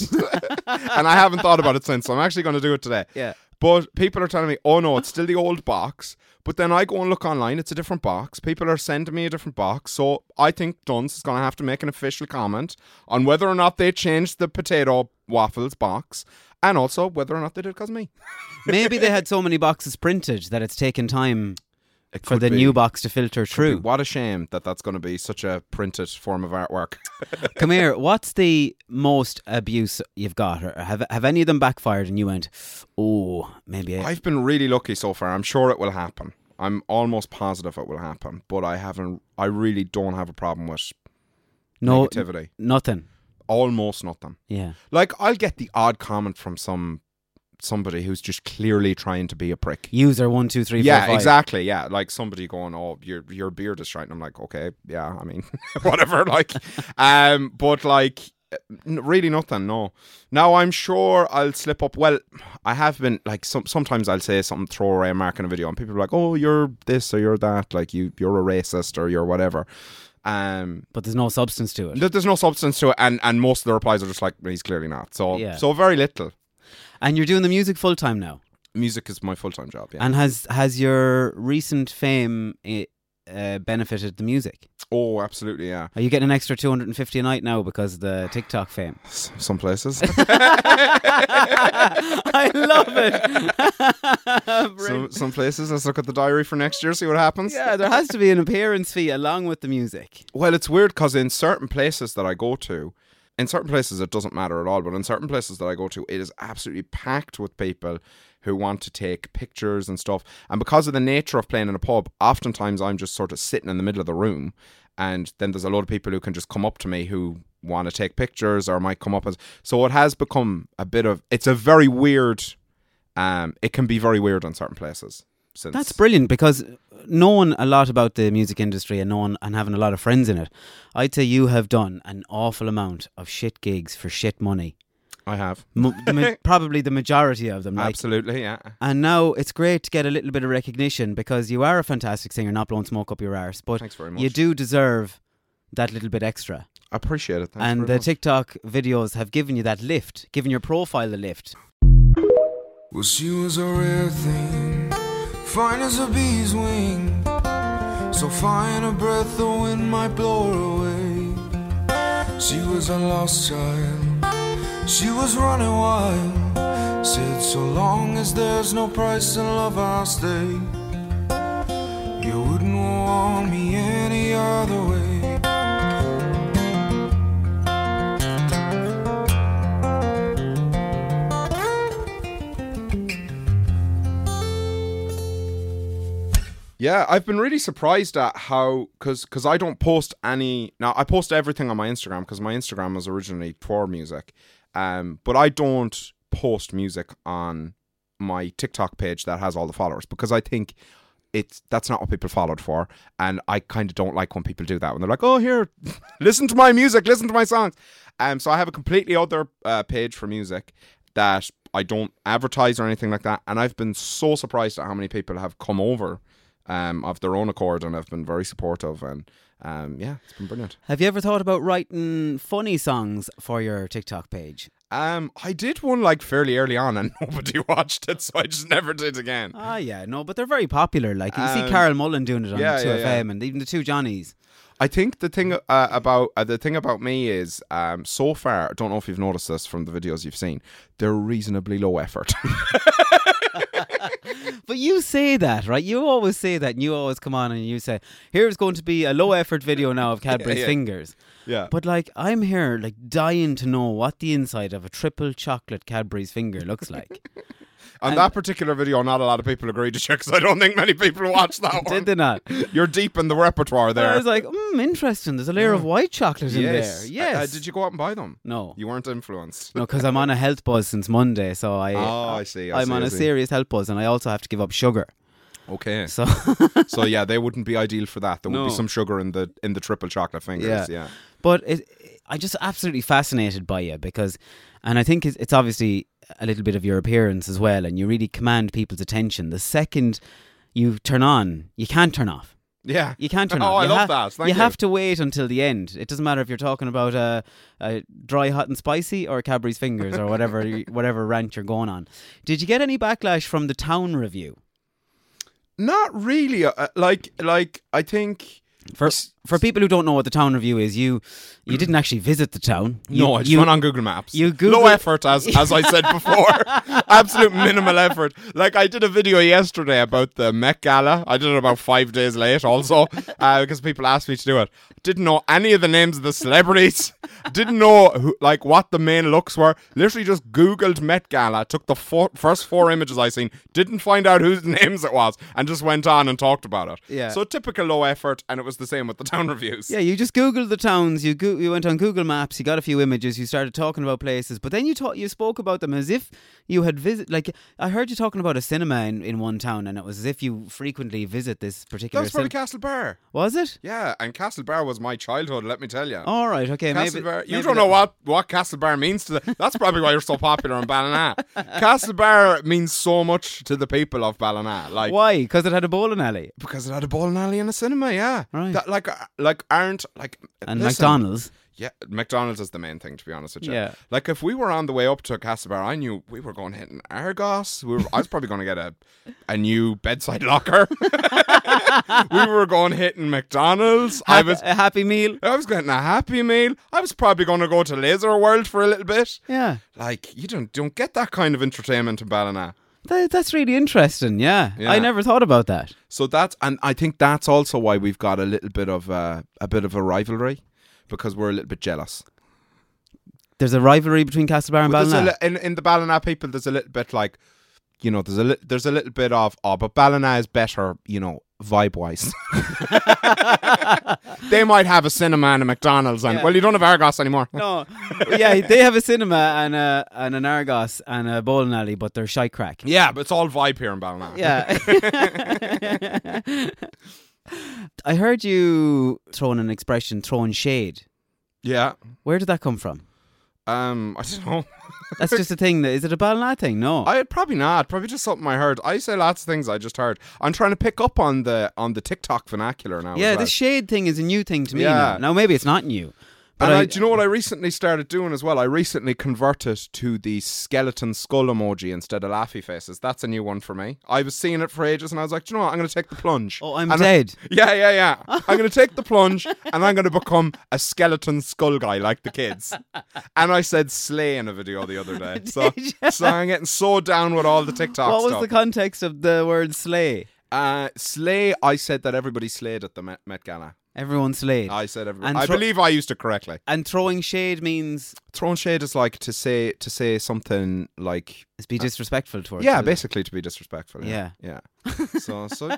and I haven't thought about it since. So I'm actually going to do it today.
Yeah.
But people are telling me, oh no, it's still the old box. But then I go and look online; it's a different box. People are sending me a different box, so I think Duns is going to have to make an official comment on whether or not they changed the potato waffles box, and also whether or not they did cause me.
Maybe they had so many boxes printed that it's taken time
It
for
could
the
be.
new box to filter
Be-
through.
What a shame that that's going to be such a printed form of artwork.
Come here. What's the most abuse you've got, or have have any of them backfired and you went, oh, maybe I,
I've been really lucky so far. I'm sure it will happen. I'm almost positive it will happen, but I haven't. I really don't have a problem with
no
negativity.
nothing.
almost nothing.
Yeah.
Like I'll get the odd comment from some somebody who's just clearly trying to be a prick.
User one two three four
yeah,
five.
exactly. Yeah, like somebody going, "Oh, your your beard is shiny." I'm like, "Okay, yeah, I mean, (laughs) whatever." Like, um, but like, n- really nothing. No. Now I'm sure I'll slip up. Well, I have been like some. Sometimes I'll say something, throw away a mark in a video, and people are like, "Oh, you're this or you're that. Like you, you're a racist or you're whatever." Um,
But there's no substance to it.
there- there's no substance to it, and and most of the replies are just like, "He's clearly not." So
Yeah.
so very little.
And you're doing the music full time now.
Music is my full time job. Yeah.
And has has your recent fame eh, uh, benefited the music?
oh, absolutely. Yeah.
Are you getting an extra 250 a night now because of the TikTok fame? (laughs)
S- some places. (laughs)
I love it. (laughs)
some, some places. Let's look at the diary for next year, see what happens.
yeah, there has to be an appearance fee along with the music.
Well, it's weird because in certain places that I go to, in certain places it doesn't matter at all, but in certain places that I go to, it is absolutely packed with people who want to take pictures and stuff. And because of the nature of playing in a pub, oftentimes I'm just sort of sitting in the middle of the room, and then there's a lot of people who can just come up to me who want to take pictures or might come up as. So it has become a bit of. It's a very weird. Um, it can be very weird in certain places. Since
That's brilliant because knowing a lot about the music industry and knowing and having a lot of friends in it, I'd say you have done an awful amount of shit gigs for shit money.
I have. (laughs)
Mo- the ma- probably the majority of them. Like,
Absolutely, yeah.
And now it's great to get a little bit of recognition because you are a fantastic singer, not blowing smoke up your arse, but
Thanks very
you
much.
do deserve that little bit extra.
I appreciate it. Thanks
and
very
the
much.
TikTok videos have given you that lift, given your profile a lift.
Well, she was a rare thing, fine as a bee's wing. So fine a breath the wind might blow her away. She was a lost child, she was running wild. Said, so long as there's no price in love, I'll stay. You wouldn't want me any other way.
Yeah, I've been really surprised at how because because I don't post any now. I post everything on my Instagram because my Instagram was originally for music, um, but I don't post music on my TikTok page that has all the followers because I think it's that's not what people followed for, and I kind of don't like when people do that when they're like, "Oh, here, (laughs) listen to my music, listen to my songs." Um, so I have a completely other uh, page for music that I don't advertise or anything like that, and I've been so surprised at how many people have come over um, of their own accord and have been very supportive, and um, yeah, it's been brilliant.
Have you ever thought about writing funny songs for your TikTok page?
Um, I did one like fairly early on, and (laughs) nobody watched it, so I just never did again.
Ah, yeah, no, but they're very popular. Like you see
Um,
Carol Mullen doing it on
yeah,
2FM
yeah, yeah.
and even the two Johnnies.
I think the thing uh, about uh, the thing about me is um, so far. I don't know if you've noticed this from the videos you've seen. They're reasonably low effort. (laughs)
But you say that, right? You always say that, and you always come on and you say, "Here's going to be a low effort video now of (laughs) Cadbury's
yeah.
fingers."
Yeah.
But like, I'm here, like dying to know what the inside of a triple chocolate Cadbury's finger looks (laughs) like.
On that particular video, not a lot of people agreed to check because I don't think many people watched that one.
Did they not?
(laughs) You're deep in the repertoire
And
there.
I was like, mm, interesting. There's a layer of white chocolate in there. Yes.
Uh, did you go out and buy them?
No.
You weren't influenced.
No, because I'm on a health buzz since Monday, so I.
Oh, I see, I
am
see,
on
I
a
see.
serious health buzz, and I also have to give up sugar.
Okay.
So (laughs)
So yeah, they wouldn't be ideal for that. There would
No.
be some sugar in the in the triple chocolate fingers. Yeah.
But it, I just absolutely fascinated by you because, and I think it's, it's obviously a little bit of your appearance as well, and you really command people's attention. The second you turn on, you can't turn off.
Yeah.
You can't turn
(laughs) Oh,
off.
I
You ha-
love that. Thank
you
you.
have to wait until the end. It doesn't matter if you're talking about uh, uh, dry, hot, and spicy or Cadbury's fingers or whatever
(laughs)
whatever rant you're going on. Did you get any backlash from the town review?
Not really. Uh, like like I think.
For for people who don't know what the town review is, you you didn't actually visit the town. You,
no, I just
you-
went on Google Maps.
you
low
Google-
effort, as as I said
(laughs)
before, absolute minimal effort. Like I did a video yesterday about the Met Gala. I did it about five days late, also uh, because people asked me to do it. Didn't know any of the names of the celebrities. Didn't know who, like what the main looks were. Literally just Googled Met Gala. Took the four, first four images I seen. Didn't find out whose (laughs) names it was, and just went on and talked about it.
Yeah.
So typical low effort, and it was the same with the town reviews.
Yeah, you just googled the towns. You go- you went on Google Maps. You got a few images. You started talking about places, but then you taught you spoke about them as if you had visit. Like I heard you talking about a cinema in, in one town, and it was as if you frequently visit this
That
particular.
was probably
cin-
Castle Bar.
was it?
Yeah, and Castlebar was my childhood. Let me tell you.
All right. Oh, Okay. Maybe,
Castlebar, you
maybe
don't
that-
know what what Castlebar means to the. That's probably why you're so popular
(laughs)
in Ballina. Castlebar means so much to the people of Ballina. Like
Why? Because it had a bowling alley
because it had a bowling alley and a cinema. Yeah,
Right.
That, like uh, like aren't like
and
listen,
McDonald's.
Yeah, McDonald's is the main thing to be honest with you.
Yeah.
Like if we were on the way up to Castlebar, I knew we were going hitting Argos. We were, I was probably going to get a a new bedside locker. (laughs) we were going hitting McDonald's. I
Hap-
was
a Happy
(laughs)
Meal.
I was getting a happy meal. I was probably going to go to Laser World for a little bit.
Yeah.
Like you don't don't get that kind of entertainment in Ballina.
That, that's really interesting. Yeah.
Yeah.
I never thought about that.
So that's and I think that's also why we've got a little bit of uh, a bit of a rivalry because we're a little bit jealous.
There's a rivalry between Castlebar and
Well, there's a
Ballina.
(laughs) li- in in the Ballina people, there's a little bit like you know there's a li- there's a little bit of oh, but Ballina is better, you know, vibe wise. (laughs) they might have a cinema and a McDonald's, and
Yeah.
well, you don't have Argos anymore.
No, (laughs) yeah, they have a cinema and a and an Argos and a bowling alley, but they're shy crack.
Yeah, but it's all vibe here in Ballina.
Yeah. (laughs) I heard you throwing an expression, throwing shade.
yeah.
Where did that come from?
Um, (laughs) I don't know.
That's just a thing. That is it a Ballina thing? No.
I probably not. Probably just something I heard. I say lots of things I just heard. I'm trying to pick up on the on the TikTok vernacular now. as
yeah,
well.
this shade thing is a new thing to me
Yeah.
now. Now maybe it's not new, but
and
I,
I, do you know what I recently started doing as well? I recently converted to the skeleton skull emoji instead of laughy faces. That's a new one for me. I was seeing it for ages, and I was like, do you know what? I'm going to take the plunge.
Oh, I'm
And I-
dead.
(laughs) yeah, yeah,
(laughs)
yeah. I'm going to take the plunge, and I'm going to become a skeleton skull guy like the kids. And I said slay in a video the
(laughs)
other day. So, so I'm getting so down with all the TikTok
what was
stuff.
the context of the word slay?
Uh, Slay, I said that everybody slayed at the Met, Met Gala.
Everyone slayed.
I said everybody.
And
I
thro-
believe I used it correctly.
and throwing shade means
Throwing shade is like to say to say something like
is be disrespectful towards.
yeah,
others.
basically to be disrespectful. yeah.
(laughs)
yeah. so so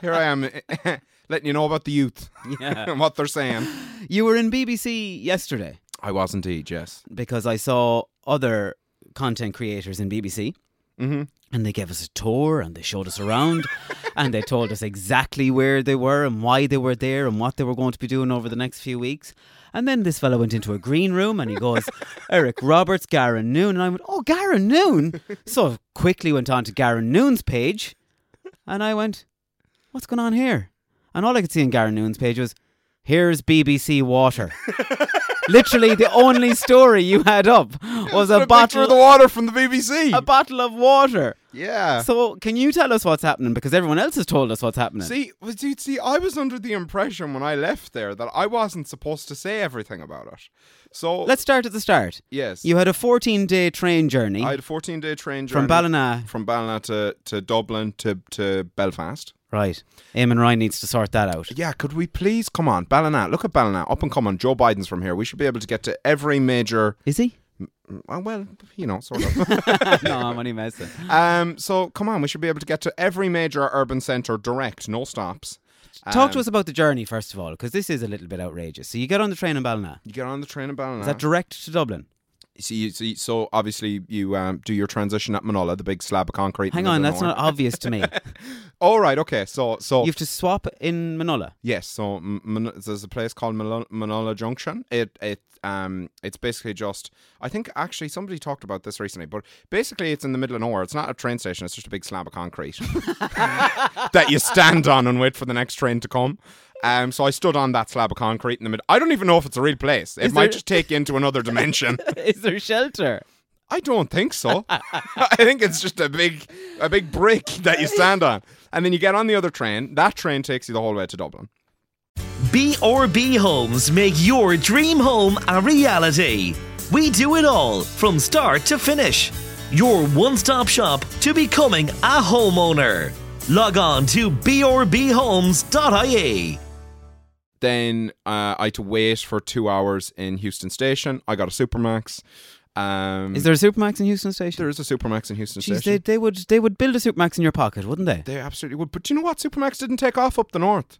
here I am (laughs) letting you know about the youth (laughs)
Yeah.
and what they're saying.
You were in BBC yesterday.
I was indeed, yes.
because I saw other content creators in BBC. And they gave us a tour and they showed us around
(laughs)
and they told us exactly where they were and why they were there and what they were going to be doing over the next few weeks. And then this fella went into a green room and he
(laughs)
goes, Eric Roberts, Garen Noon. And I went, Oh, Garen Noon. So I quickly went on to Garen Noon's page and I went, What's going on here? And all I could see in Garen Noon's page was, Here's BBC
(laughs)
Water. Literally, the only story you had up was a
Put picture of the
bottle,
water from the BBC.
a bottle of water.
yeah.
So, can you tell us what's happening? Because everyone else has told us what's happening.
See, well, dude, see, I was under the impression when I left there that I wasn't supposed to say everything about it. So
let's start at the start.
oh. yes,
You had a 14-day train journey.
I had a 14 day train journey
From Ballina.
from Ballina to, to Dublin to, to Belfast.
right, Eamon Ryan needs to sort that
(laughs)
out.
Yeah, could we please come on Ballina? Look at Ballina, up and coming. Joe Biden's from here. We should be able to get to every major.
Is he?
Well, well you know, sort
(laughs)
of.
no, I'm only
(laughs)
messing.
um, so come on, we should be able to get to every major urban centre direct, no stops.
Talk
Um,
to us about the journey first of all, because this is a little bit outrageous. So you get on the train in Ballina.
You get on the train in Ballina.
Is that direct to Dublin?
So, you, so, you- so obviously you um, do your transition at Manola, the big slab of concrete. in
Hang
the
on,
middle
that's
of
not
nowhere.
obvious
(laughs)
to me.
All right, okay. So so
You have to swap in
(laughs)
Manola.
Yes, so M- Man- there's a place called Manola, Manola Junction. It it um it's basically just I think actually somebody talked about this recently, but basically it's in the middle of nowhere. It's not a train station. It's just a big slab of concrete that you stand on and wait for the next train to come. Um, so I stood on that slab of concrete in the middle. I don't even know if it's a real place. It
Is
might
there-
just take you into another dimension.
Is there shelter?
I don't think so. I think it's just a big a big brick that you stand on, and then you get on the other train. That train takes you the whole way to Dublin.
BRB Homes make your dream home a reality. We do it all from start to finish. Your one stop shop to becoming a homeowner. Log on to brbhomes.ie.
Then uh, I had to wait for two hours in Houston Station. I got a Supermax. Um,
Is there a Supermax in Houston Station?
There is a Supermax in Houston
Jeez, they,
Station.
they would they would build a Supermax in your pocket, wouldn't they?
They, absolutely would. But do you know what? Supermax didn't take off up the north.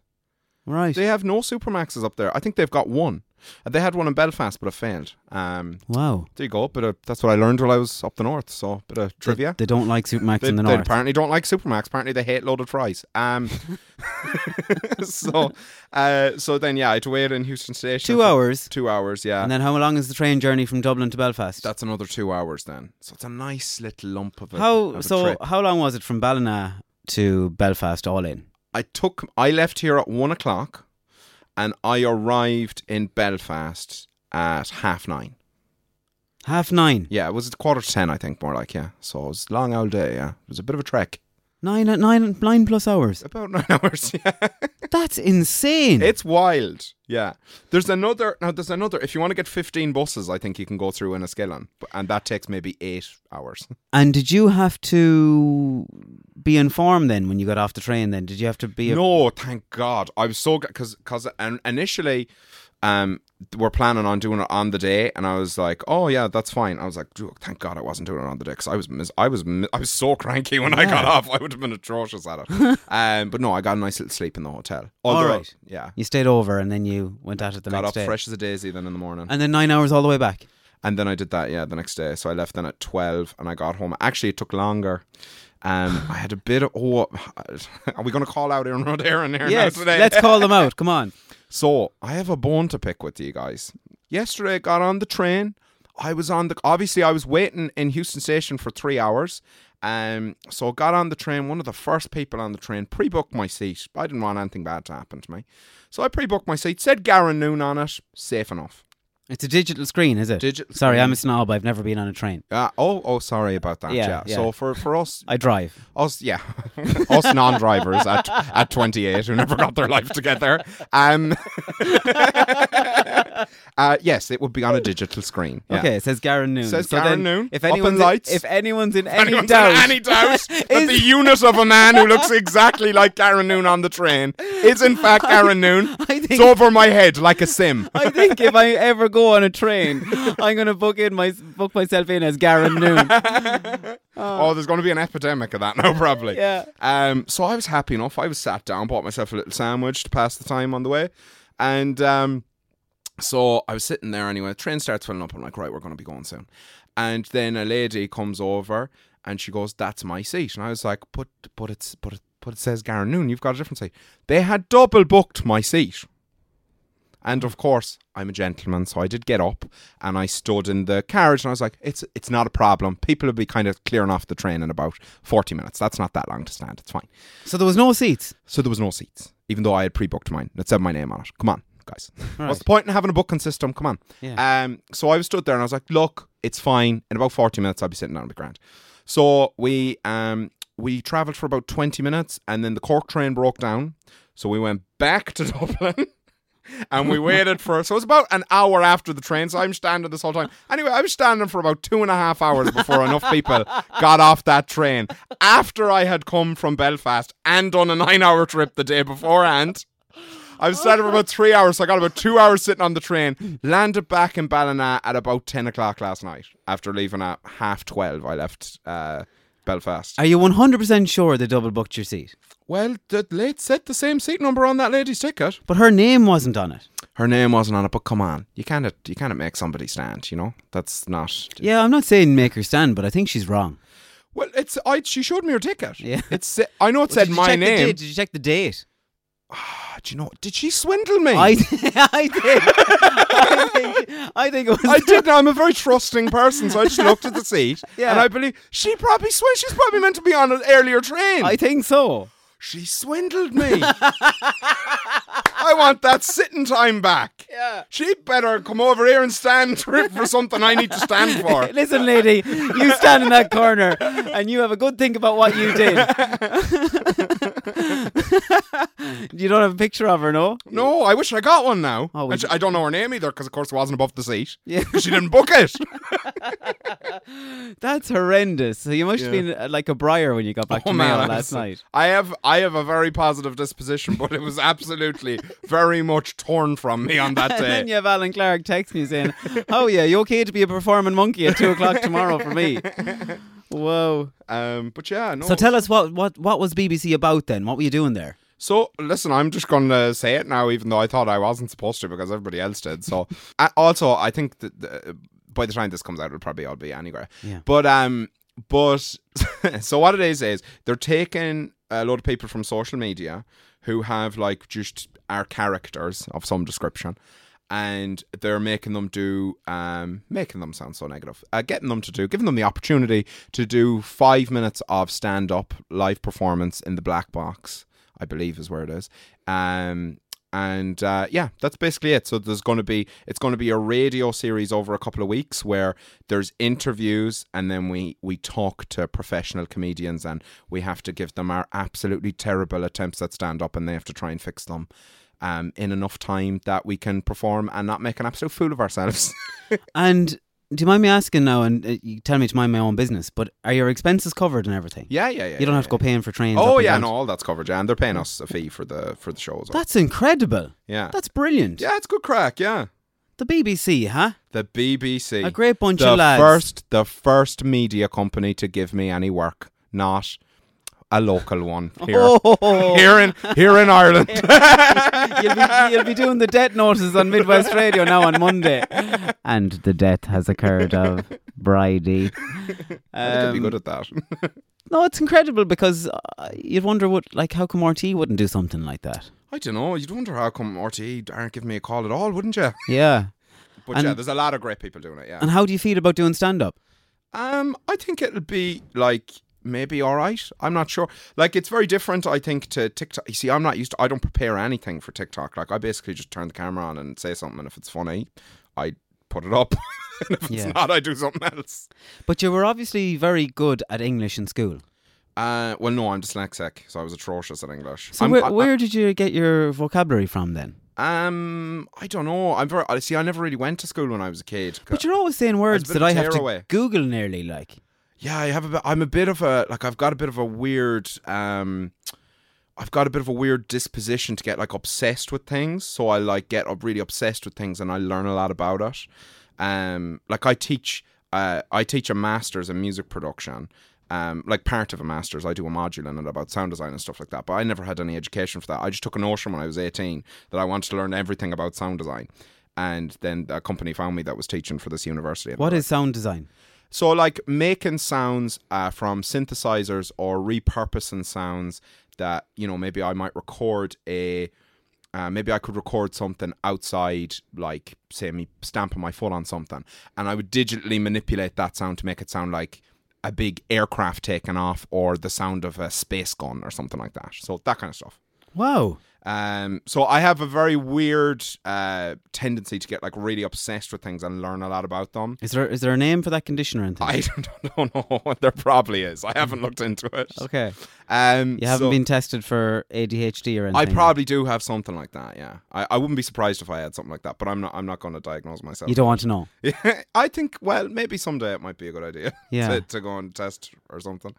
Right.
They have no Supermaxes up there. I think they've got one. Uh, They had one in Belfast, but it failed. Um,
wow.
there you go. But that's what I learned while I was up the north. So a bit of trivia.
They, they don't like Supermax
They,
in the
they
north.
apparently don't like Supermax. Apparently they hate loaded fries.
(laughs)
Um, (laughs) so, uh, so then yeah, I had to wait in Houston Station.
Two
for-
hours.
Two hours, yeah.
And then how long is the train journey from Dublin to Belfast?
That's another two hours then. So it's a nice little lump of a, of
how
a
so
trip.
how long was it from Ballina to Belfast all in?
I took I left here at one o'clock, and I arrived in Belfast at half nine.
Half nine.
Yeah, it was at quarter to ten, I think, more like yeah. So it was a long old day. Yeah, it was a bit of a trek,
Nine nine nine plus
(laughs)
hours.
about nine hours. Yeah.
That's insane.
It's wild. Yeah. There's another now there's another if you want to get 15 buses I think you can go through in a Skillon but- and that takes maybe 8 hours.
and did you have to be informed then when you got off the train then? Did you have to be a-
No, thank God. I was so cuz cuz initially um we're planning on doing it on the day and I was like, "Oh yeah, that's fine." I was like, "Phew, "Thank God I wasn't doing it on the day cuz I was mis- I was mi- I was so cranky when I got off. I would have been atrocious at
(laughs)
it." um but no, I got a nice little sleep in the hotel.
All
Although-
right.
Yeah.
(laughs) You stayed over and then you went at it the
got
next
up
day.
fresh as a daisy then in the morning.
And then nine hours all the way
(laughs)
back.
And then I did that, yeah, the next day. So I left then at 12 and I got home. Actually, it took longer. Um, I had a bit of, oh, (sighs) are we going to call out Aaron Rod Aaron here
Yes,
now today?
let's
(laughs)
call them out. Come on.
So I have a bone to pick with you guys. Yesterday, I got on the train. I was on the obviously I was waiting in Houston Station for three hours. Um, so I got on the train. One of the first people on the train pre-booked my seat. I didn't want anything bad to happen to me, so I pre-booked my seat. Said Garen Noon on it. Safe enough.
It's a digital screen, is it?
Digital
Sorry, I'm a
screen.
snob. I've never been on a train.
Uh, oh, oh, sorry about that.
Yeah,
Yeah.
yeah.
So for for us,
I drive.
us, yeah, (laughs) us non-drivers at at 28 who never got their life together. Um, (laughs) uh, yes, it would be on a digital screen. yeah.
Okay, it says Garen Noon.
Says
So
Garen
then
Noon,
If
up in
anyone's,
lights.
if anyone's in any
Anyone's in
doubt, (laughs)
any doubt that
is-
the unit of a man who looks exactly like Karen Noon on the train is in fact Karen Noon.
(laughs) I think-
it's over my head like a sim.
I think if I ever go on a train, (laughs) I'm gonna book in my book myself in as Garen
(laughs)
Noon.
Oh, there's going to be an epidemic of that now, (laughs) probably.
Yeah.
Um. So I was happy enough. I was sat down, bought myself a little sandwich to pass the time on the way, and um, so I was sitting there anyway. The train starts filling up. I'm like, right, we're going to be going soon. And then a lady comes over and she goes, "That's my seat." And I was like, "But, but it's, but, it, but it says Garen Noon. You've got a different seat." They had double booked my seat. And of course, I'm a gentleman, so I did get up and I stood in the carriage and I was like, it's it's not a problem. People will be kind of clearing off the train in about 40 minutes. That's not that long to stand. It's fine.
so there was no seats.
So there was no seats, even though I had pre-booked mine. It said my name on it. Come on, guys.
Right.
What's the point in having a booking system? Come on.
Yeah.
Um, so I was stood there and I was like, look, it's fine. In about 40 minutes, I'll be sitting down on the ground. So we um, we travelled for about 20 minutes and then the Cork train broke down. So we went back to (laughs) Dublin. And we waited for so it was about an hour after the train, so I'm standing this whole time. Anyway, I was standing for about two and a half hours before enough (laughs) people got off that train after I had come from Belfast and done a nine-hour trip the day beforehand. I was standing for about three hours, so I got about two hours sitting on the train. Landed back in Ballina at about ten o'clock last night. After leaving at half twelve, I left uh, Belfast.
Are you 100 percent sure they double booked your seat?
well, the late set the same seat number on that lady's ticket.
But her name wasn't on it.
her name wasn't on it, but come on, you can't you can't make somebody stand. You know that's not.
Yeah, I'm not saying make her stand, but I think she's wrong.
Well, it's I. She showed me her ticket.
Yeah.
It's uh, I know it said
Did you
my
check the
name.
date? Did you check the date?
Ah, do you know? Did she swindle me?
I, (laughs) I think, (laughs) I think, I think it was.
I did. I'm a very trusting person, so I just looked
(laughs)
at the seat,
Yeah.
and I believe she probably sw- she's probably meant to be on an earlier train.
I think so.
(laughs) she swindled
(laughs)
me. I want that sitting time back. Yeah. She better come over here and stand for, for something I need to stand
(laughs)
for.
Listen, lady, you stand in that corner and you have a good think about what you did. (laughs) you don't have a picture of her, no?
No, I wish I got one now.
Oh, we-
And she- I don't know her name either because, of course, it wasn't above the seat.
(laughs) Yeah.
'Cause she didn't book it.
That's horrendous. So you must have been uh, like a briar when you got (laughs) back to Mayo
Oh, I
last
was- (laughs)
night.
I have I have a very positive disposition, but it was absolutely very much torn from me on
(laughs)
that
And
day.
then you have Alan Clark texting you saying, "Oh yeah, you okay to be a performing monkey at two o'clock tomorrow for
(laughs)
me?" Whoa!
Um, but yeah, no.
So tell us what what what was BBC about then? What were you doing there?
So, listen, I'm just going to say it now, even though I thought I wasn't supposed to because everybody else did. So, A- also, I think that the, uh, by the time this comes out, it'll probably all be anywhere.
Yeah.
But um, but (laughs) so what it is is they're taking a lot of people from social media who have like just our characters of some description. And they're making them do, um, making them sound so negative, uh, getting them to do, giving them the opportunity to do five minutes of stand up live performance in the black box. I believe is where it is. Um, and uh, yeah, that's basically it. So there's going to be it's going to be a radio series over a couple of weeks where there's interviews and then we we talk to professional comedians and we have to give them our absolutely terrible attempts at stand up and they have to try and fix them. Um, in enough time that we can perform and not make an absolute fool of ourselves. (laughs)
And do you mind me asking now? And uh, you tell me to mind my own business, but are your expenses covered and everything?
yeah, yeah, yeah.
You don't
yeah,
have to go
yeah.
paying for trains. up
Oh
and
yeah,
down.
no, all that's covered. Yeah, and they're paying us a fee for the for the shows.
That's incredible.
yeah,
That's brilliant.
yeah, it's good crack. Yeah.
The BBC, huh?
The BBC.
A great bunch
the
of lads.
First, the first media company to give me any work, not a
(laughs)
local one here.
Oh,
(laughs) Here in here in Ireland.
(laughs)
(laughs)
you'll be, you'll be doing the death notices on Midwest Radio now on
(laughs)
Monday. And the death has occurred of
(laughs)
Bridie. Um,
I could be good at that. (laughs)
No, it's incredible because uh, you'd wonder what, like, how come RT wouldn't do something like that?
I don't know. You'd wonder how come RTE aren't giving me a call at all, wouldn't you?
Yeah.
But
And-
yeah, there's a lot of great people doing it. Yeah.
And how do you feel about doing stand up?
Um, I think it'll be like maybe all right. I'm not sure. Like it's very different, I think, to TikTok. You see, I'm not used to. I don't prepare anything for TikTok. Like I basically just turn the camera on and say something, and if it's funny, I put it up. (laughs) and if
Yeah.
it's not, I do something else.
But you were obviously very good at English in school.
Uh, well, no, I'm dyslexic, so I was atrocious at English.
So
I'm-
where,
I-
where did you get your vocabulary from then?
um, I don't know. I'm very. I see. I never really went to school when I was a kid.
But you're always saying words
bit
that
of
I have to
tearaway.
Google nearly, like.
Yeah, I have a bit. I'm a bit of a like. I've got a bit of a weird. um I've got a bit of a weird disposition to get like obsessed with things. So I like get up really obsessed with things, and I learn a lot about it. Um, like I teach. Uh, I teach a master's in music production. Um, like part of a master's, I do a module in it about sound design and stuff like that. But I never had any education for that. I just took an notion when I was 18 that I wanted to learn everything about sound design. And then a company found me that was teaching for this university. and
What
they were
is sound design?
so, like making sounds uh, from synthesizers or repurposing sounds that, you know, maybe I might record a. Uh, maybe I could record something outside, like, say, me stamping my foot on something, and I would digitally manipulate that sound to make it sound like a big aircraft taking off or the sound of a space gun or something like that. So, that kind of stuff.
Wow.
Um, so I have a very weird uh, tendency to get like really obsessed with things and learn a lot about them.
Is there is there a name for that condition or anything?
(laughs) I don't, don't know. (laughs) There probably is. I haven't looked into it.
okay.
Um,
You haven't
so
been tested for ADHD or anything.
I probably do have something like that. Yeah, I, I wouldn't be surprised if I had something like that. But I'm not. I'm not going to diagnose myself.
You don't want to know.
(laughs) I think. Well, maybe someday it might be a good idea. (laughs)
Yeah.
to, to go and test or something.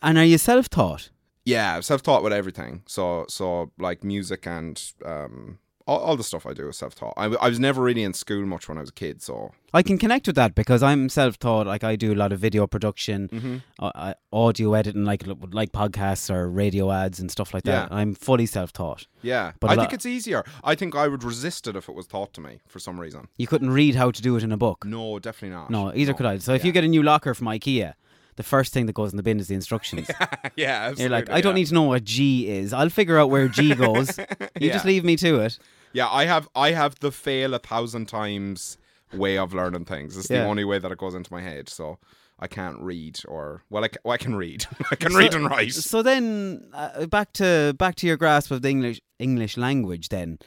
And are you self-taught?
Yeah, self taught with everything. So so like music and um, all, all the stuff I do is self taught. I, w- I was never really in school much when I was a kid, so
I can connect with that because I'm self-taught. Like I do a lot of video production,
Mm-hmm.
uh, uh, audio editing, like like podcasts or radio ads and stuff like that.
Yeah.
I'm fully self-taught.
yeah.
But
I
a lot-
think it's easier. I think I would resist it if it was taught to me for some reason.
You couldn't read how to do it in a book.
No, definitely not.
No, either could I. So if you get a new locker from IKEA, the first thing that goes in the bin is the instructions.
yeah, absolutely,
You're like, I
yeah.
don't need to know what G is. I'll figure out where
(laughs)
G goes. You just leave me to it.
Yeah, I have I have the fail a thousand times way of learning things. It's
Yeah.
the only way that it goes into my head. So I can't read or well, I, ca- well, I can read. (laughs) I can read and write.
So then, uh, back to back to your grasp of the English English language. Then,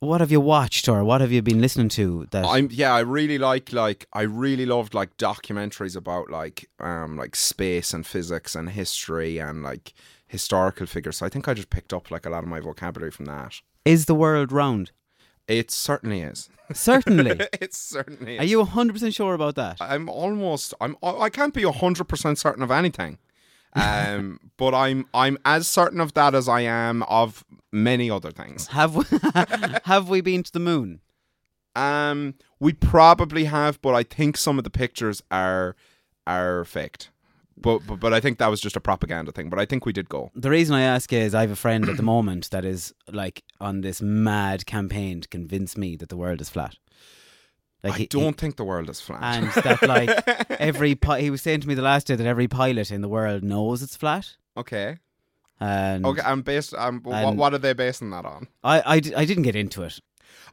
what have you watched or what have you been listening to? That
I'm yeah, I really like like I really loved like documentaries about like um like space and physics and history and like historical figures. So I think I just picked up like a lot of my vocabulary from that.
is the world round.
It certainly is.
Certainly.
(laughs) it certainly is.
Are you 100% sure about that?
I'm almost I'm I can't be hundred percent certain
(laughs)
of anything. Um but I'm I'm as certain of that as I am of many other things.
have
(laughs)
we, have we been to the moon?
Um we probably have, but I think some of the pictures are are faked. But, but but I think that was just a propaganda thing. But I think we did go.
The reason I ask is I have a friend
(clears throat)
at the moment that is like on this mad campaign to convince me that the world is flat.
I
he- he-
don't think the world is flat. (laughs)
and that like every pi- he was saying to me the last day that every pilot in the world knows it's flat.
okay.
And
Okay. I'm based. Um, what,
And-
what are they basing that on?
I, I, d- I didn't get into it.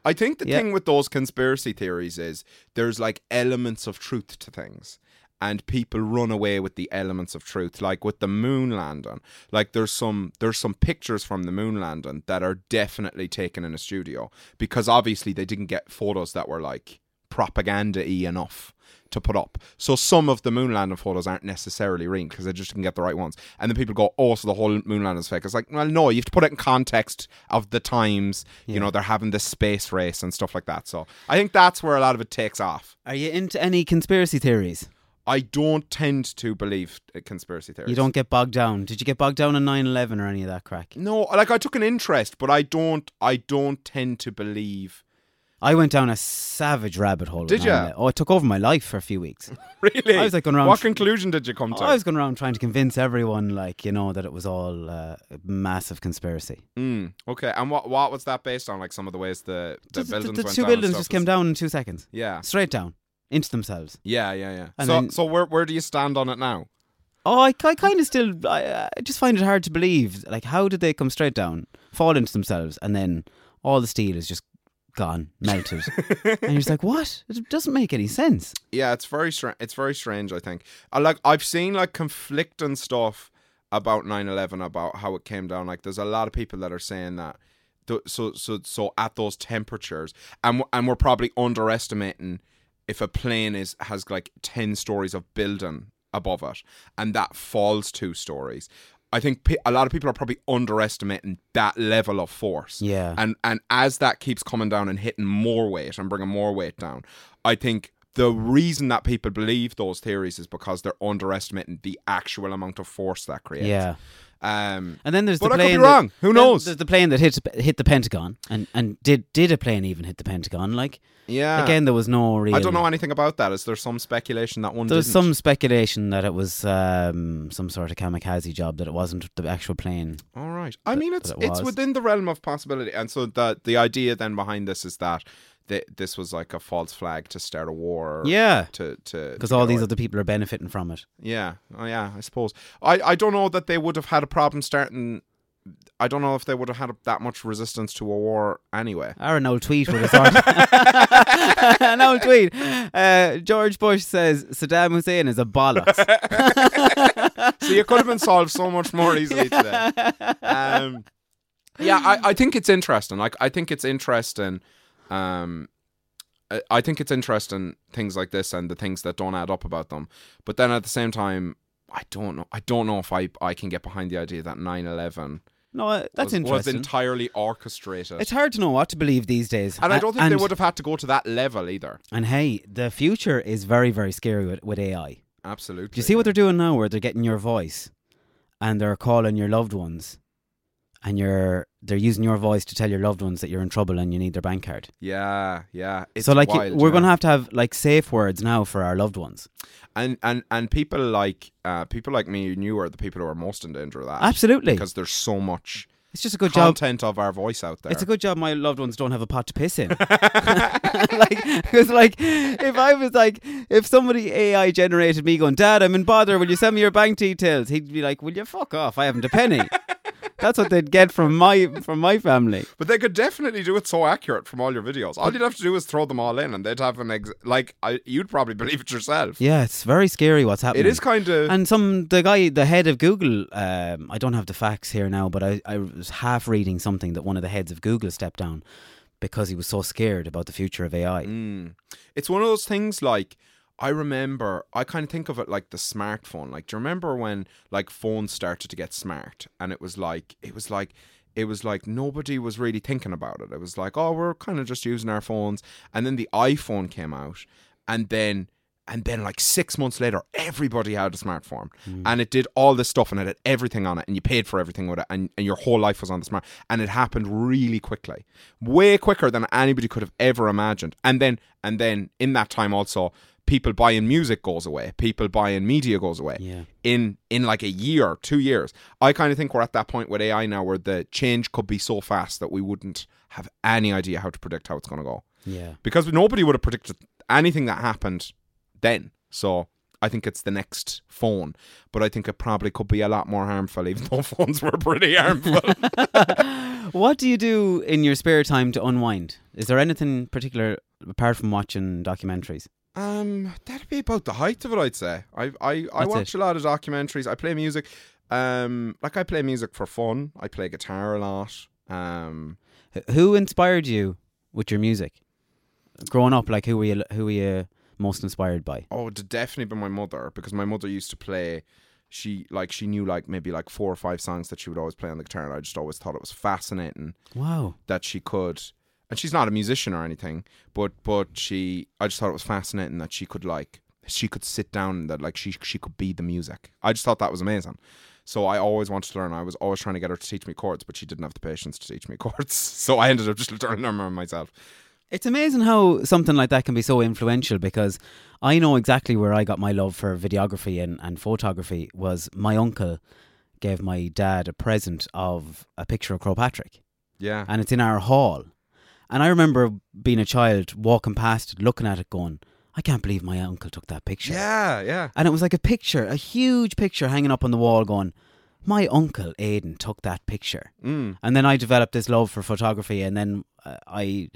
I think the
Yeah.
thing with those conspiracy theories is there's like elements of truth to things. And people run away with the elements of truth, like with the moon landing. Like there's some there's some pictures from the moon landing that are definitely taken in a studio because obviously they didn't get photos that were like propaganda y enough to put up. So some of the moon landing photos aren't necessarily real because they just didn't get the right ones. And then people go, oh, so the whole moon landing is fake. It's like, well, no, you have to put it in context of the times. You know, they're having this space race and stuff like that. So I think that's where a lot of it takes off.
Are you into any conspiracy theories?
I don't tend to believe uh, conspiracy theories.
You don't get bogged down. Did you get bogged down on 9-11 or any of that crack?
No, like I took an interest, but I don't. I don't tend to believe. (laughs)
I went down a savage rabbit hole. with
Did ya?
9/11. Oh, it took over my life for a few
(laughs)
weeks.
Really,
I was, like, going around-
What conclusion did you come to?
I was going around trying to convince everyone, like you know, that it was all uh, a massive conspiracy.
Mm, okay, and what what was that based on? Like some of the ways the the,
Just-
buildings
the
went
two
down and
buildings
stuff Ah.
just
is-
came down in two seconds,
Yeah,
straight down into themselves.
yeah, yeah, yeah.
And
so
then-
so where where do you stand on it now?
Oh, I, I kind of still, I, I just find it hard to believe. Like, how did they come straight down, fall into themselves, and then all the steel is just gone, melted?
(laughs)
and you're just like, what? It doesn't make any sense.
Yeah, it's very strange. It's very strange. I think. I like. I've seen like conflicting stuff about 9-11, about how it came down. Like, there's a lot of people that are saying that. th- So so so at those temperatures, and w- and we're probably underestimating if a plane is has like ten stories of building above it, and that falls two stories. I think pe- a lot of people are probably underestimating that level of force.
Yeah.
And and as that keeps coming down and hitting more weight and bringing more weight down, I think the reason that people believe those theories is because they're underestimating the actual amount of force that creates.
Yeah.
Um.
And then there's
But
the
I could
plane.
be
that-
wrong. Who
then
knows?
There's the plane that hit hit the Pentagon, and and did did a plane even hit the Pentagon? Like,
Yeah.
again, there was no real.
I don't know anything about that. Is there some speculation that one?
There's
didn't?
some speculation that it was um, some sort of kamikaze job, that it wasn't the actual plane.
All right. I mean, it's
that it
it's
was.
within the realm of possibility, and so the the idea then behind this is that th- this was like a false flag to start a war.
Yeah.
To to
Because
you
all
know,
these
it-
other people are benefiting from it.
Yeah. Oh, yeah. I suppose. I I don't know that they would have had a problem starting. I don't know if they would have had that much resistance to a war anyway.
Or an old tweet would have started. (laughs) an old tweet. Uh, George Bush says Saddam Hussein is a
(laughs)
bollocks.
So you could have been solved so much more
(laughs)
easily today. Um, yeah, I, I think it's interesting. Like I think it's interesting. Um, I- I think it's interesting things like this and the things that don't add up about them. But then at the same time, I don't know. I don't know if I, I can get behind the idea that 9-11
no, uh, that's
was, was
interesting.
entirely orchestrated.
it's hard to know what to believe these days.
and I don't think
and,
they would have had to go to that level either.
And hey, the future is very, very scary with, with AI.
Absolutely.
Do you see what they're doing now where they're getting your voice and they're calling your loved ones and you're they're using your voice to tell your loved ones that you're in trouble and you need their bank card.
Yeah, yeah. It's
so like y-
wild,
we're
yeah.
going to have to have like safe words now for our loved ones.
and and and people like uh people like me and you are the people who are most in danger of that.
Absolutely.
because there's so much
It's just a good job.
content of our voice out there.
It's a good job my loved ones don't have a pot to piss in. (laughs) like, because like, if I was like, if somebody AI generated me going, Dad, I'm in bother. Will you send me your bank details? He'd be like, Will you fuck off? I haven't a
(laughs)
penny. That's what they'd get from my from my family.
But they could definitely do it so accurate from all your videos. All you'd have to do is throw them all in, and they'd have an ex- like I, you'd probably believe it yourself.
Yeah, it's very scary what's happening.
It is kind of
And some the guy, the head of Google, um, I don't have the facts here now, but I, I was half reading something that one of the heads of Google stepped down because he was so scared about the future of AI.
Mm. it's one of those things like I remember I kind of think of it like the smartphone. Like, do you remember when like phones started to get smart and it was like it was like it was like nobody was really thinking about it. It was like, oh, we're kind of just using our phones. And then the iPhone came out and then and then like six months later everybody had a smartphone and it did all this stuff and it had everything on it and you paid for everything with it and, and your whole life was on the smart and it happened really quickly way quicker than anybody could have ever imagined and then and then in that time also people buying music goes away people buying media goes away
Yeah.
in in like a year two years i kind of think we're at that point with ai now where the change could be so fast that we wouldn't have any idea how to predict how it's going to go
Yeah.
because nobody would have predicted anything that happened then. So I think it's the next phone, but I think it probably could be a lot more harmful, even though (laughs) phones were pretty
(laughs)
harmful.
What do you do in your spare time to unwind? Is there anything particular apart from watching documentaries?
um, that'd be about the height of it, I'd say. I I, I
That's
watch
it.
a lot of documentaries. I play music. Um, like I play music for fun. I play guitar a lot. Um,
Wh- Who inspired you with your music? Growing up, like who were you? Who were you most inspired by?
Oh, it'd definitely been my mother because my mother used to play. She like she knew like maybe like four or five songs that she would always play on the guitar, and I just always thought it was fascinating
Wow.
that she could. And she's not a musician or anything, but but she I just thought it was fascinating that she could like she could sit down and that like she she could be the music. I just thought that was amazing. So I always wanted to learn. I was always trying to get her to teach me chords, but she didn't have the patience to teach me (laughs) chords. So I ended up just learning them myself.
It's amazing how something like that can be so influential because I know exactly where I got my love for videography and, and photography was my uncle gave my dad a present of a picture of Crowpatrick
Yeah.
and it's in our hall. And I remember being a child walking past it, looking at it, going, I can't believe my uncle took that picture.
Yeah, yeah.
And it was like a picture, a huge picture hanging up on the wall going, my uncle Aidan took that picture. Mm. And then I developed this love for photography and then uh, I,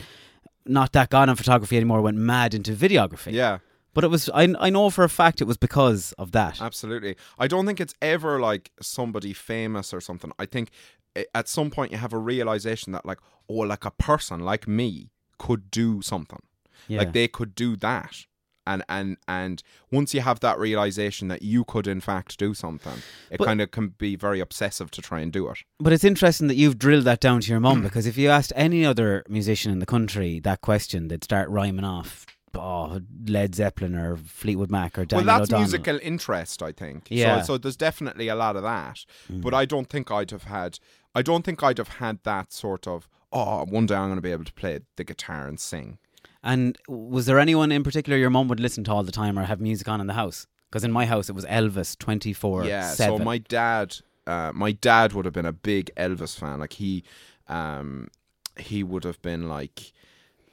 not that gone on photography anymore, went mad into videography.
Yeah.
But it was, I, I know for a fact it was because of that.
Absolutely. I don't think it's ever like somebody famous or something. I think i- at some point you have a realization that like, oh, like a person like me could do something.
Yeah.
Like they could do that. And, and and once you have that realization that you could in fact do something, it
But-
kind of can be very obsessive to try and do it.
But it's interesting that you've drilled that down to your
Mm.
mum because if you asked any other musician in the country that question, they'd start rhyming off oh, Led Zeppelin or Fleetwood Mac or Daniel
well, that's
O'Donnell.
musical interest, I think.
Yeah. Mm.
So, so there's definitely a lot of that, but I don't think I'd have had. I don't think I'd have had that sort of. Oh, one day I'm going to be able to play the guitar and sing.
And was there anyone in particular your mum would listen to all the time or have music on in the house? Because in my house it was Elvis twenty four
yeah.
seven.
So my dad, uh, my dad would have been a big Elvis fan. Like he, um, he would have been like.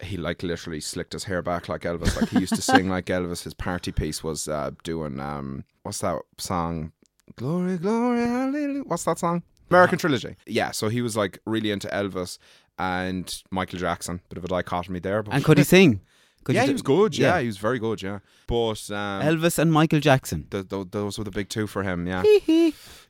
He like literally slicked his hair back like Elvis. Like he used
(laughs)
to sing like Elvis. His party piece was uh, doing um, what's that song? Glory, glory, hallelujah. What's that song?
Uh-huh.
American Trilogy. Yeah, so he was like really into Elvis and Michael Jackson. Bit of a dichotomy there. But
and could he
(laughs)
sing? Could
yeah,
you
he
do-
was good. Yeah. he was very good. Yeah, but um,
Elvis and Michael Jackson.
th- th- those were the big two for him. Yeah,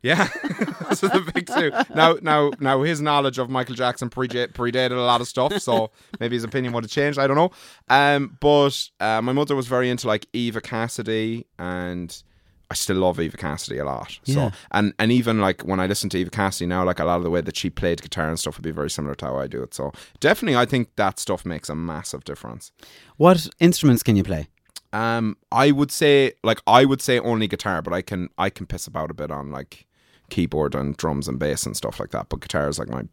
yeah, (laughs) those were the big two. Now, now, now, his knowledge of Michael Jackson preda- predated a lot of stuff, so maybe his opinion would have changed. I don't know. Um, but uh, my mother was very into like Eva Cassidy, and I still love Eva Cassidy a lot.
Yeah.
So, and and even like when I listen to Eva Cassidy now, like a lot of the way that she played guitar and stuff would be very similar to how I do it. So definitely, I think that stuff makes a massive difference.
What instruments can you play?
Um, I would say like I would say only guitar, but I can I can piss about a bit on like keyboard and drums and bass and stuff like that. But guitar is like my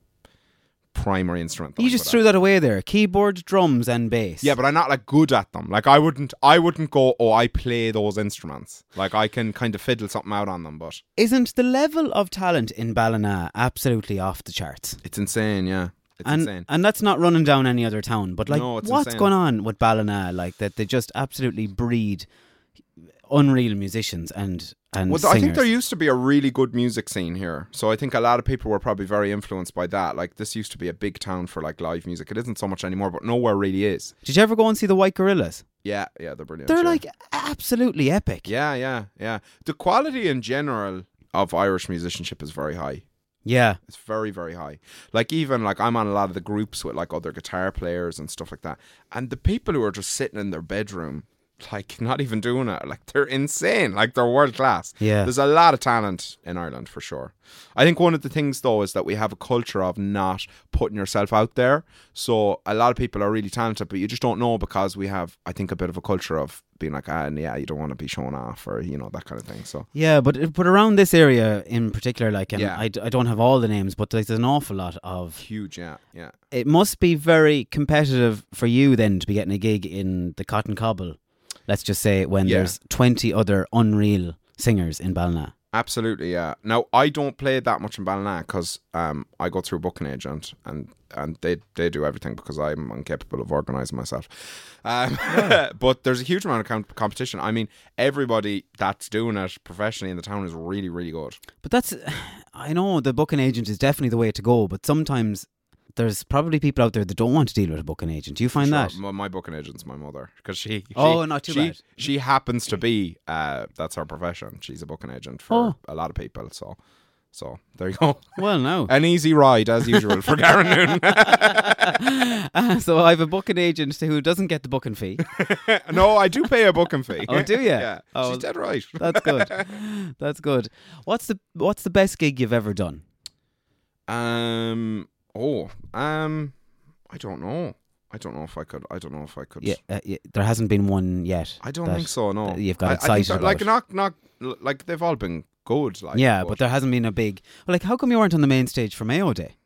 primary instrument. that
You
I'm
just
good
threw
at.
that away there. Keyboard, drums, and bass.
Yeah, but I'm not like good at them. Like I wouldn't, I wouldn't go. Oh, I play those instruments. Like I can kind of fiddle something out on them, but
isn't the level of talent in Ballina absolutely off the charts?
it's insane. Yeah, it's
and
insane.
and that's not running down any other town, but like,
No, it's
what's
insane.
going on with Ballina? Like that, they just absolutely breed unreal musicians and and
Well, th-
singers.
I think there used to be a really good music scene here, so I think a lot of people were probably very influenced by that. Like this used to be a big town for like live music. It isn't so much anymore, but nowhere really is.
Did you ever go and see the White Gorillas?
Yeah, yeah, they're brilliant.
They're
yeah.
like absolutely epic.
yeah, yeah, yeah. The quality in general of Irish musicianship is very high.
yeah.
It's very, very high. Like even like I'm on a lot of the groups with like other guitar players and stuff like that, and the people who are just sitting in their bedroom. Like not even doing it, like they're insane, like they're world class.
Yeah.
there's a lot of talent in Ireland for sure. I think one of the things though is that we have a culture of not putting yourself out there. So a lot of people are really talented, but you just don't know because we have, I think, a bit of a culture of being like, ah, yeah, you don't want to be shown off or you know that kind of thing. So
Yeah, but but around this area in particular, like, and
Yeah.
I, d- I don't have all the names, but like, there's an awful lot of.
huge, yeah, yeah.
It must be very competitive for you then to be getting a gig in the Cotton Cobble. Let's just say when
Yeah.
there's 20 other unreal singers in Ballina.
Absolutely, yeah. Now I don't play that much in Ballina because um, I go through a booking agent and and they they do everything because I'm incapable of organising myself. Um, (laughs) but there's a huge amount of com- competition. I mean, everybody that's doing it professionally in the town is really really good.
But that's, I know the booking agent is definitely the way to go, but sometimes there's probably people out there that don't want to deal with a booking agent. Do you find that?
Sure, My, my booking agent's my mother because she, she
Oh, not too
she,
bad.
She happens to be uh, that's her profession. She's a booking agent for
Oh.
a lot of people. So so there you go.
Well,
(laughs)
no.
An easy ride as usual for Garen Noon. Uh,
so I have a booking agent who doesn't get the booking fee.
No, I do pay a booking fee.
(laughs) Oh, do you?
yeah.
Oh,
She's dead right.
That's
(laughs)
good. That's good. What's the What's the best gig you've ever done?
Um. Oh. Um. I don't know. I don't know if I could. I don't know if I could.
Yeah, uh, yeah, there hasn't been one yet.
I don't
that-
think so. No.
that you've got
I- I think
excited
that-
about.
like not not like they've all been good. Like
yeah, but there hasn't been a big. Well, like, how come you weren't on the main stage for Mayo Day?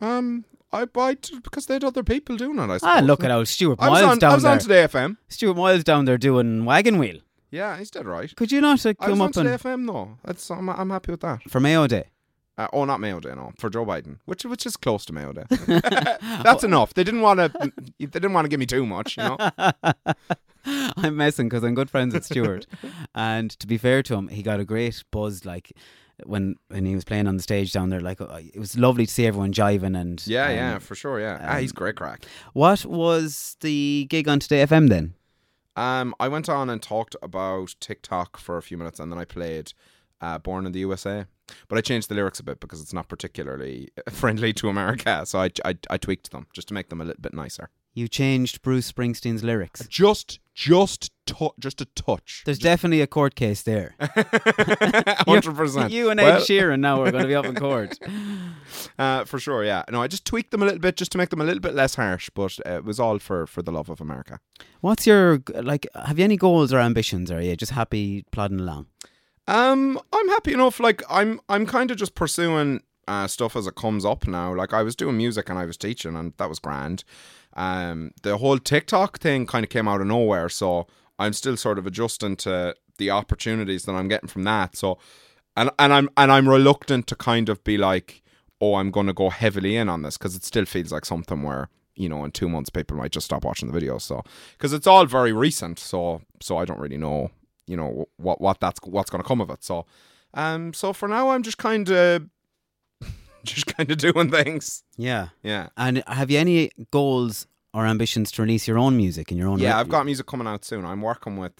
um. I I because they had other people doing it. I suppose. eh?
Ah, look at old Stuart
I was
Miles
on.
down
I was
there.
on today FM.
Stuart Miles down there doing wagon wheel.
Yeah, he's dead right.
Could you not uh,
I was
come
on
up
today
and
FM though. That's I'm, I'm happy with that.
for Mayo Day?
Uh, oh, not Mayo Day, no, for Joe Biden, which which is close to Mayo Day.
(laughs)
That's enough. They didn't want to. They didn't want to give me too much,
(laughs)
you know.
I'm messing because I'm good friends with Stuart, (laughs) and to be fair to him, he got a great buzz like when when he was playing on the stage down there. Like uh, it was lovely to see everyone jiving and
Yeah,
um,
yeah, for sure. Yeah, ah, he's great crack.
What was the gig on Today FM then?
Um, I went on and talked about TikTok for a few minutes, and then I played uh, "Born in the USA," but I changed the lyrics a bit because it's not particularly (laughs) friendly to America. So I, I, I tweaked them just to make them a little bit nicer.
You changed Bruce Springsteen's lyrics.
Just, just, tu- just a touch. (laughs)
There's definitely a court case there.
Hundred percent.
You and Ed Sheeran now are going to be up in
(laughs)
court.
uh, for sure. Yeah. No, I just tweaked them a little bit just to make them a little bit less harsh, but uh, it was all for for the love of America.
What's your like? Have you any goals or ambitions? Or are you just happy plodding along?
Um, I'm happy enough. Like, I'm I'm kind of just pursuing uh, stuff as it comes up now. Like, I was doing music and I was teaching, and that was grand. Um, the whole TikTok thing kind of came out of nowhere, so I'm still sort of adjusting to the opportunities that I'm getting from that. So, and and I'm and I'm reluctant to kind of be like, oh, I'm going to go heavily in on this because it still feels like something where you know in two months people might just stop watching the videos. So, because it's all very recent, so so I don't really know you know what what that's what's going to come of it. So, um, so for now I'm just kind of (laughs) just kind of doing things.
Yeah.
Yeah.
And have you any goals or ambitions to release your own music in your own?
Yeah,
re-
I've got music coming out soon. I'm working with,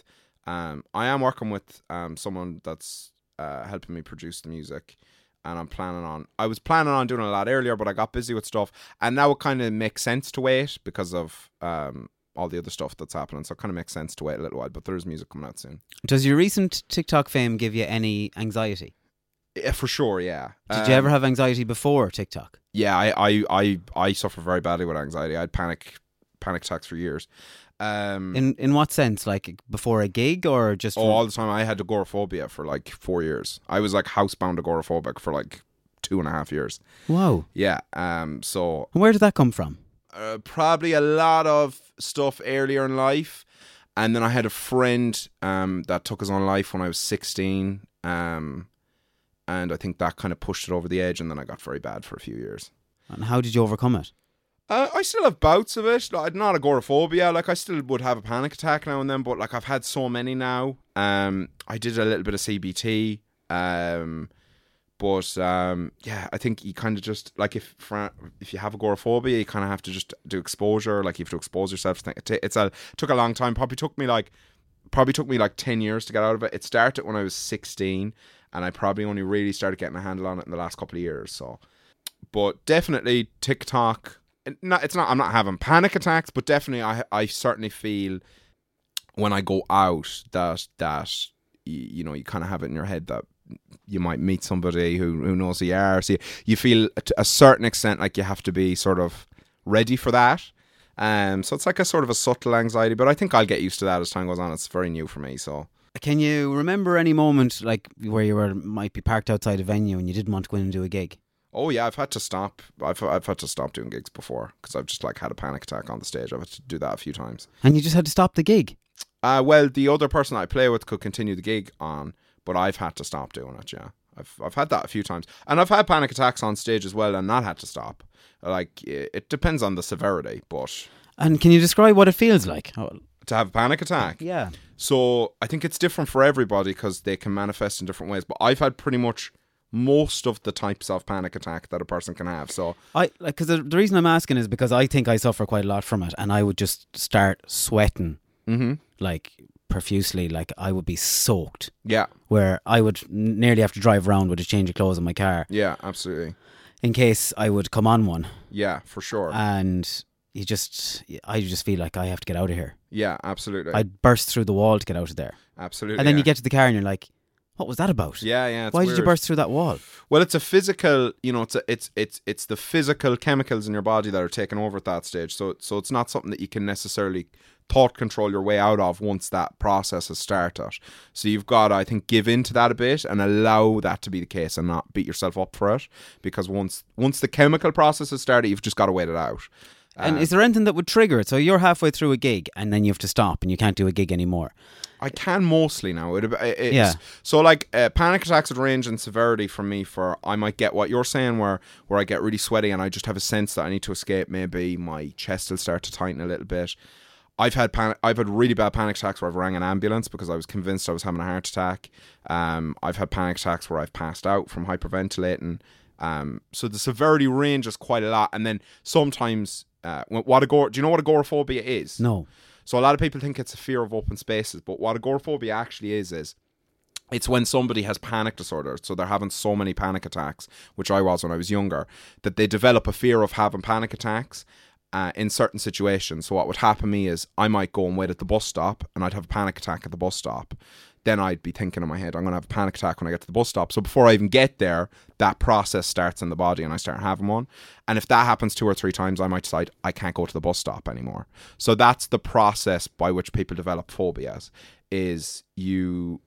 um, I am working with um someone that's uh helping me produce the music, and I'm planning on. I was planning on doing a lot earlier, but I got busy with stuff, and now it kind of makes sense to wait because of um all the other stuff that's happening. So it kind of makes sense to wait a little while. But there is music coming out soon.
Does your recent TikTok fame give you any anxiety?
Yeah, for sure. Yeah.
Did you ever
Um,
have anxiety before TikTok?
yeah, I, I I I suffer very badly with anxiety. I had panic panic attacks for years. Um,
In in what sense? Like before a gig or just?
oh, all the time I had agoraphobia for like four years. I was like housebound agoraphobic for like two and a half years.
wow.
Yeah. Um. So
And where did that come from?
uh, probably a lot of stuff earlier in life. And then I had a friend um, that took his own life when I was 16. Um, and I think that kind of pushed it over the edge. And then I got very bad for a few years.
And how did you overcome it?
Uh, I still have bouts of it. Like, not agoraphobia. Like I still would have a panic attack now and then, but like I've had so many now. Um, I did a little bit of CBT. Um, but um, yeah, I think you kind of just like if fra- if you have agoraphobia, you kind of have to just do exposure. Like you have to expose yourself. to thi- It it's a took a long time. Probably took me like probably took me like ten years to get out of it. It started when I was sixteen, and I probably only really started getting a handle on it in the last couple of years. So but definitely TikTok. it- Not, it's not. I'm not having panic attacks, but definitely, I I certainly feel when I go out that that y- you know you kind of have it in your head that you might meet somebody who who knows who you are. So you, you feel to a certain extent like you have to be sort of ready for that. Um, so it's like a sort of a subtle anxiety, but I think I'll get used to that as time goes on. It's very new for me, so.
Can you remember any moment like where you were might be parked outside a venue and you didn't want to go in and do a gig?
Oh yeah, I've had to stop. I've I've had to stop doing gigs before because I've just like had a panic attack on the stage. I've had to do that a few times.
And you just had to stop the gig.
Uh, well, the other person I play with could continue the gig on, but I've had to stop doing it. Yeah, I've I've had that a few times, and I've had panic attacks on stage as well, and not had to stop. Like it, it depends on the severity, but
And can you describe what it feels like? Oh,
to have a panic attack,
yeah.
so I think it's different for everybody because they can manifest in different ways. But I've had pretty much most of the types of panic attack that a person can have. So
I like because the, the reason I'm asking is because I think I suffer quite a lot from it, and I would just start sweating
Mm-hmm.
like profusely, like I would be soaked,
yeah,
where I would n- nearly have to drive around with a change of clothes in my car
yeah, absolutely,
in case I would come on one,
yeah, for sure,
Uh, and you just, I just feel like I have to get out of here.
yeah, absolutely,
I'd burst through the wall to get out of there,
absolutely,
and then
Uh, yeah.
you get to the car and you're like, "What was that about?
Yeah, yeah. it's
Why did you
weird.
burst through that wall?"
Well, it's a physical, you know, it's a, it's it's it's the physical chemicals in your body that are taken over at that stage. So so it's not something that you can necessarily thought control your way out of once that process has started. So you've got to, I think, give in to that a bit and allow that to be the case and not beat yourself up for it because once once the chemical process has started, you've just got to wait it out. Ah.
And is there anything that would trigger it? So you're halfway through a gig, and then you have to stop, and you can't do a gig anymore.
I can mostly now. It, it- it's,
Yeah.
So like uh, panic attacks would range in severity for me. For I might get what you're saying, where where I get really sweaty and I just have a sense that I need to escape. Maybe my chest will start to tighten a little bit. I've had panic. I've had really bad panic attacks where I've rang an ambulance because I was convinced I was having a heart attack. Um, I've had panic attacks where I've passed out from hyperventilating. Um, so the severity ranges quite a lot, and then sometimes. Uh, what agor- do you know what agoraphobia is?
No.
So a lot of people think it's a fear of open spaces, but what agoraphobia actually is is it's when somebody has panic disorder, so they're having so many panic attacks, which I was when I was younger, that they develop a fear of having panic attacks. Uh, in certain situations, so what would happen to me is I might go and wait at the bus stop, and I'd have a panic attack at the bus stop. Then I'd be thinking in my head, I'm going to have a panic attack when I get to the bus stop. So before I even get there, that process starts in the body, and I start having one. And if that happens two or three times, I might decide I can't go to the bus stop anymore. So that's the process by which people develop phobias: is you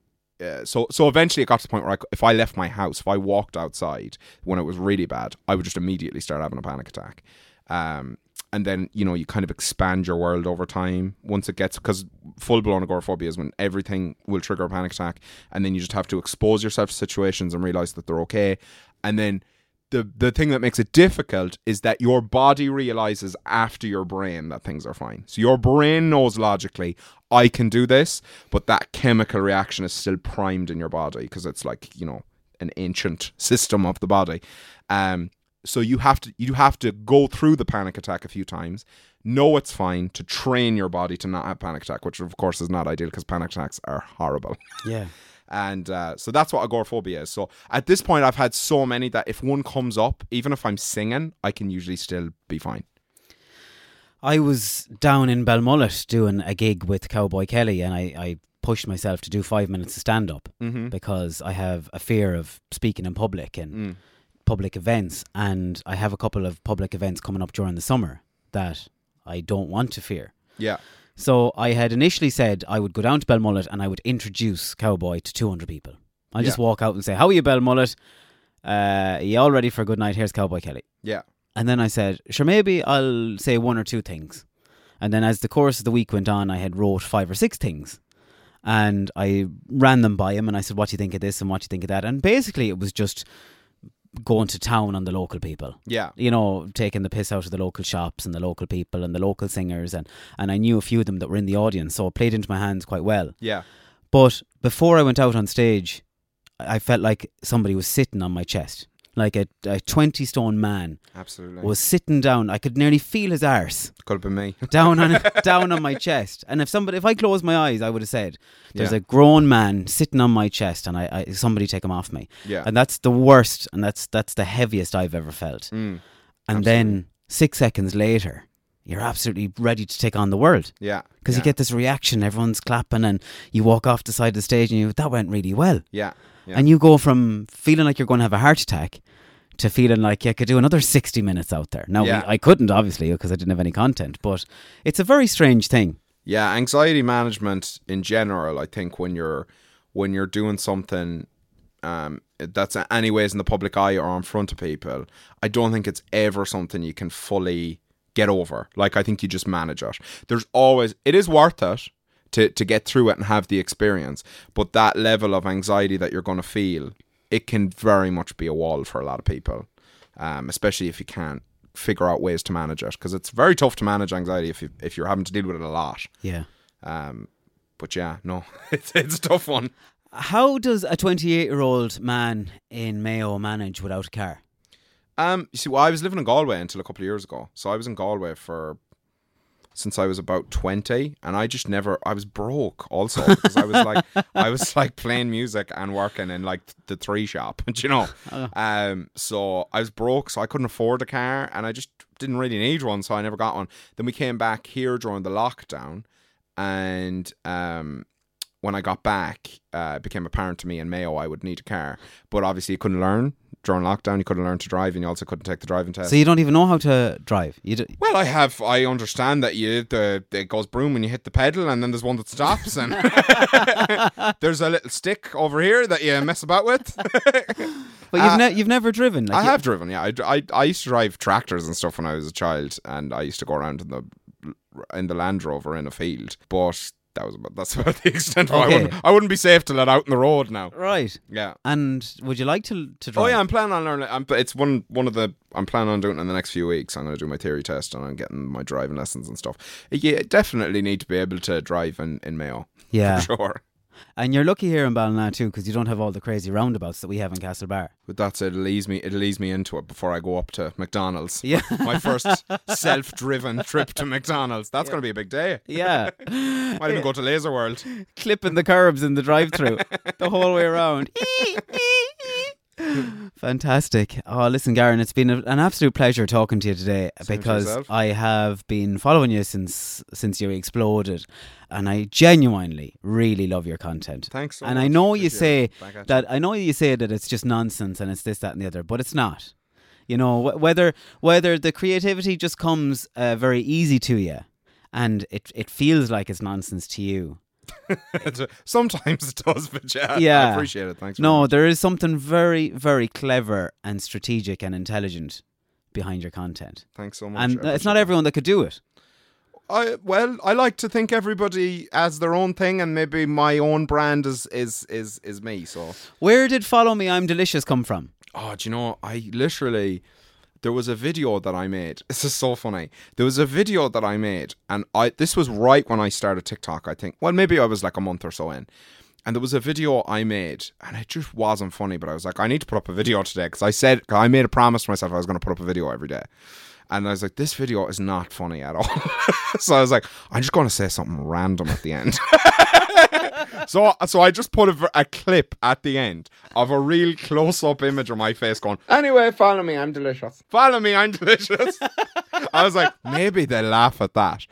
uh, so so eventually it got to the point where I, c- if I left my house, if I walked outside when it was really bad, I would just immediately start having a panic attack. Um, and then you know you kind of expand your world over time once it gets because full blown agoraphobia is when everything will trigger a panic attack, and then you just have to expose yourself to situations and realize that they're okay, and then the the thing that makes it difficult is that your body realizes after your brain that things are fine. So your brain knows logically, I can do this, but that chemical reaction is still primed in your body because it's like you know an ancient system of the body. Um, so you have to you have to go through the panic attack a few times, know it's fine to train your body to not have panic attack, which of course is not ideal because panic attacks are horrible.
Yeah.
And uh, so that's what agoraphobia is. So at this point, I've had so many that if one comes up, even if I'm singing, I can usually still be fine.
I was down in Belmullet doing a gig with Cowboy Kelly, and I, I pushed myself to do five minutes of stand up because I have a fear of speaking in public and public events. And I have a couple of public events coming up during the summer that I don't want to fear.
Yeah.
So I had initially said I would go down to Belmullet and I would introduce Cowboy to 200 people. I'll just
Yeah.
walk out and say, How are you, Belmullet? Uh, you all ready for a good night? Here's Cowboy Kelly.
Yeah.
And then I said, Sure, maybe I'll say one or two things. And then as the course of the week went on, I had wrote five or six things. And I ran them by him and I said, What do you think of this and what do you think of that? And basically, it was just going to town on the local people
Yeah.
you know, taking the piss out of the local shops and the local people and the local singers and, and I knew a few of them that were in the audience, so it played into my hands quite well.
Yeah.
But before I went out on stage, I I felt like somebody was sitting on my chest. Like a, a 20 stone man
Absolutely.
was sitting down. I could nearly feel his arse (laughs)
Could have been me.
down on down on my chest. And if somebody, if I closed my eyes, I would have said, "There's
Yeah.
a grown man sitting on my chest, and I, I somebody take him off me."
Yeah.
And that's the worst, and that's that's the heaviest I've ever felt.
Mm.
and then six seconds later, you're absolutely ready to take on the world
Yeah.
because
yeah.
you get this reaction, everyone's clapping, and you walk off the side of the stage, and you that went really well,
Yeah. Yeah.
and you go from feeling like you're going to have a heart attack. To feeling like you could do another 60 minutes out there. Now, we-
Yeah.
I couldn't, obviously, because I didn't have any content, but it's a very strange thing.
Yeah, anxiety management in general, I think when you're when you're doing something um that's anyways in the public eye or in front of people, I don't think it's ever something you can fully get over. Like I think you just manage it. There's always it is worth it to to get through it and have the experience, but that level of anxiety that you're going to feel, it can very much be a wall for a lot of people. Um, especially if you can't figure out ways to manage it because it's very tough to manage anxiety if you if you're having to deal with it a lot.
Yeah.
Um, but yeah, no, (laughs) it's it's a tough one.
How does a 28 year old man in Mayo manage without a car?
Um, you see, well, I was living in Galway until a couple of years ago, so I was in Galway for since I was about twenty, and I just never. I was broke also because I was like I was (laughs) like playing music and working in like the tree shop, (laughs) do you know. Um, so I was broke, so I couldn't afford a car, and I just didn't really need one, so I never got one. Then we came back here during the lockdown, and um, when I got back, uh, it became apparent to me in Mayo I would need a car. But obviously, you couldn't learn during lockdown. You couldn't learn to drive, and you also couldn't take the driving test.
So you don't even know how to drive. You do-
well, I have. I understand that you the it goes broom when you hit the pedal, and then there's one that stops, and (laughs) there's a little stick over here that you mess about with.
but you've, ne- you've never driven. Like
Uh, I
you-
have driven. Yeah, I, dr- I, I used to drive tractors and stuff when I was a child, and I used to go around in the in the Land Rover in a field. But that was about, that's about the extent. of I
Okay.
wouldn't I wouldn't be safe to let out on the road now.
Right.
Yeah.
And would you like to to drive?
Oh yeah, I'm planning on learning. I'm, it's one one of the I'm planning on doing it in the next few weeks. I'm going to do my theory test and I'm getting my driving lessons and stuff. You definitely need to be able to drive in
(laughs)
in Mayo.
Yeah.
for sure.
And you're lucky here in Ballina too, because you don't have all the crazy roundabouts that we have in Castlebar.
But that's it. It leads me. It leads me into it before I go up to McDonald's.
Yeah.
(laughs) my first self-driven trip to McDonald's. That's going to be a big day.
Yeah. (laughs)
Might even go to Laser World. (laughs)
Clipping the curbs in the drive through the whole way around. Fantastic. Oh, listen, Garen, it's been a, an absolute pleasure talking to you today
to
because
yourself.
I have been following you since since you exploded, and I genuinely really love your content.
Thanks so
and I
much.
know you
Appreciate
say
it. Back at
that I know you say that it's just nonsense and it's this, that, and the other, but it's not. You know wh- whether whether the creativity just comes uh, very easy to you, and it it feels like it's nonsense to you.
Sometimes it does, but yeah,
Yeah.
I appreciate it. Thanks. very
No,
much.
there is something very very clever and strategic and intelligent behind your content.
thanks so much. I
and it's
appreciate
not
it.
everyone that could do it.
I well, I like to think everybody has their own thing, and maybe my own brand is is is is me. So,
Where did "Follow Me, I'm Delicious" come from?
oh, do you know? I literally there was a video that I made. (laughs) This is so funny. There was a video that I made, and I this was right when I started TikTok. I think. Well, maybe I was like a month or so in. And there was a video I made, and it just wasn't funny. But I was like, I need to put up a video today because I said 'cause I made a promise to myself I was going to put up a video every day. And I was like, this video is not funny at all. (laughs) so I was like, I'm just going to say something random at the end. so, so I just put a, v- a clip at the end of a real close up image of my face going,
Anyway, follow me. I'm delicious.
follow me, I'm (laughs) delicious. I was like, maybe they laugh at that.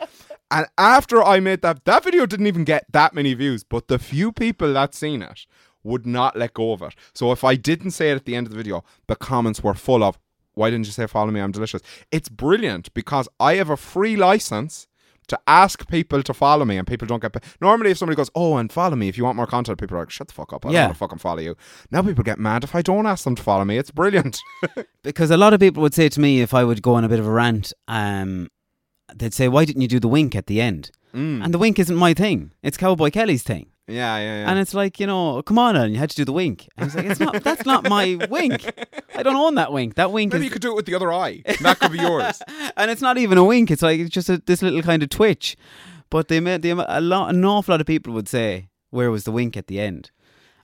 And after I made that, that video didn't even get that many views, but the few people that seen it would not let go of it. So if I didn't say it at the end of the video, the comments were full of, why didn't you say follow me, I'm delicious? It's brilliant because I have a free license to ask people to follow me, and people don't get. Paid. Normally, if somebody goes, "Oh, and follow me if you want more content," people are like, "Shut the fuck up! I
Yeah.
don't want to fucking follow you." Now people get mad if I don't ask them to follow me. It's brilliant. (laughs)
because a lot of people would say to me if I would go on a bit of a rant, um, they'd say, "Why didn't you do the wink at the end?"
Mm.
And the wink isn't my thing; it's Cowboy Kelly's thing.
yeah, yeah, yeah.
And it's like, you know, come on, Alan, you had to do the wink. And he's like, it's not, that's not my wink. I don't own that wink. That wink
(laughs) Maybe
is,
you could do it with the other eye. That could be
(laughs)
yours.
and it's not even a wink. It's like it's just a, this little kind of twitch. But they made the ama- a lot, an awful lot of people would say, "Where was the wink at the end?"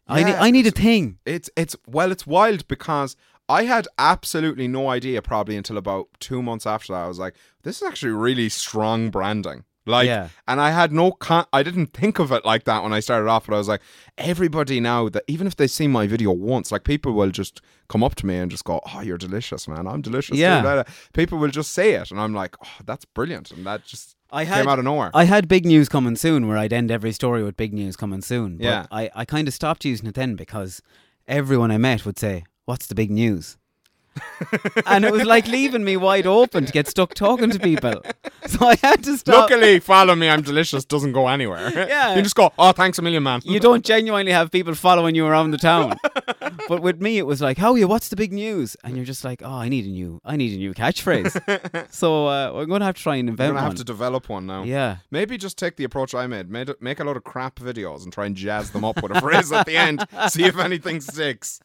I need,
Yeah,
I need a thing.
It's it's well, it's wild because I had absolutely no idea probably until about two months after that. I was like, this is actually really strong branding. Like,
Yeah.
and I had no, con- I didn't think of it like that when I started off. But I was like, everybody now that even if they see my video once, like people will just come up to me and just go, "Oh, you're delicious, man! I'm delicious." too."
Yeah.
Blah, blah. people will just say it, and I'm like, "Oh, that's brilliant!" And that just
I
came out of nowhere.
I had big news coming soon, where I'd end every story with big news coming soon. But
Yeah.
I, I kind of stopped using it then because everyone I met would say, "What's the big
(laughs)
news?" and it was like leaving me wide open to get stuck talking to people. So I had to stop.
Luckily, follow me. I'm delicious. Doesn't go anywhere.
(laughs) Yeah.
you just go. Oh, thanks a million, man.
you don't genuinely have people following you around the
(laughs)
town. but with me, it was like, "How are you? What's the big news?" And you're just like, "Oh, I need a new, I need a new catchphrase."
(laughs)
so uh, we're going to have to try and invent
You're gonna
one.
have to develop one now.
Yeah.
Maybe just take the approach I made. made make a lot of crap videos and try and jazz them up with a phrase at the
(laughs)
end. See if anything sticks.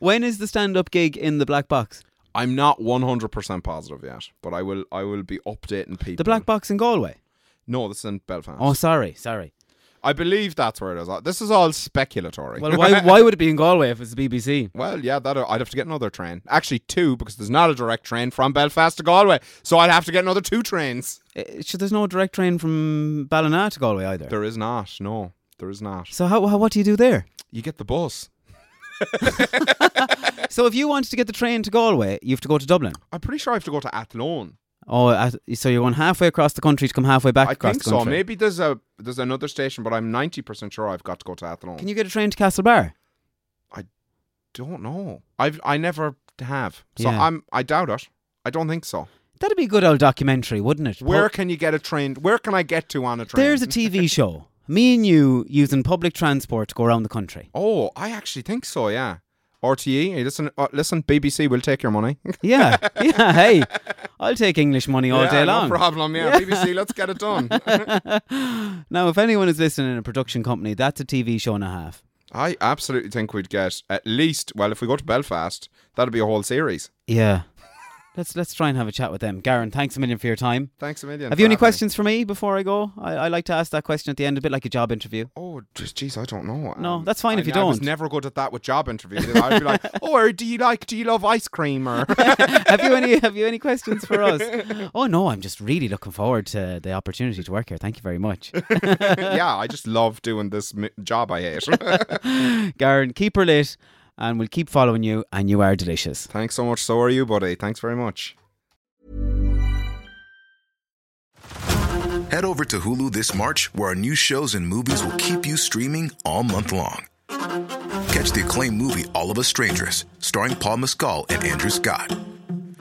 when is the stand-up gig in the Black Box?
I'm not 100% positive yet, but I will. I will be updating people.
The Black Box in Galway.
No, this is in Belfast.
Oh, sorry, sorry.
I believe that's where it is. This is all speculatory.
Well, why why would it be in Galway if it's the BBC?
(laughs) Well, yeah, that I'd have to get another train. Actually, two because there's not a direct train from Belfast to Galway, so I'd have to get another two trains.
Eh, Sure, there's no direct train from Ballina to Galway either.
There is not. No, there is not.
so how, how what do you do
(laughs)
there?
You get the bus.
So if you wanted to get the train to Galway, you have to go to Dublin.
I'm pretty sure I have to go to Athlone.
Oh, uh, so you're going halfway across the country to come halfway back
I
across
think
the
so.
country.
Maybe there's a there's another station, but I'm ninety percent sure I've got to go to Athlone.
Can you get a train to Castlebar?
Don't know. I've I never have. So
Yeah.
I'm I doubt it. I don't think so.
That'd be a good old documentary, wouldn't it?
Where
Pub-
can you get a train? Where can I get to on a train?
There's a TV show. Me and you using public transport to go around the country.
oh, I actually think so. Yeah. RTE, hey, listen, uh, listen, BBC will take your money
Yeah, yeah. Hey, I'll take English money (laughs) all
Yeah,
day long.
No problem. Yeah, BBC, let's get
(laughs)
it done.
(gasps) Now, if anyone is listening in a production company, that's a TV show and a half.
I absolutely think we'd get at least. Well, if we go to Belfast, that'll be a whole series.
Yeah. let's let's try and have a chat with them. Garen, thanks a million for your time.
Thanks a million.
Have
for
you any
having me.
questions for me before I go? I, I like to ask that question at the end, a bit like a job interview. (laughs)
Oh, just jeez, I don't know.
No, that's fine
I-
if you
I was
don't.
never good at that with job interviews. I'd be
(laughs)
like, "Oh, or do you like? Do you love ice cream?" Or (laughs)
have you any Have you any questions for us? Oh no, I'm just really looking forward to the opportunity to work here. Thank you very much,
yeah, I just love doing this m- job I
(laughs)
hate.
Garen. Keep her lit, and we'll keep following you. And you are delicious.
Thanks so much. So are you, buddy? Thanks very much.
Head over to Hulu this March, where our new shows and movies will keep you streaming all month long. Catch the acclaimed movie All of Us Strangers, starring Paul Mescal and Andrew Scott.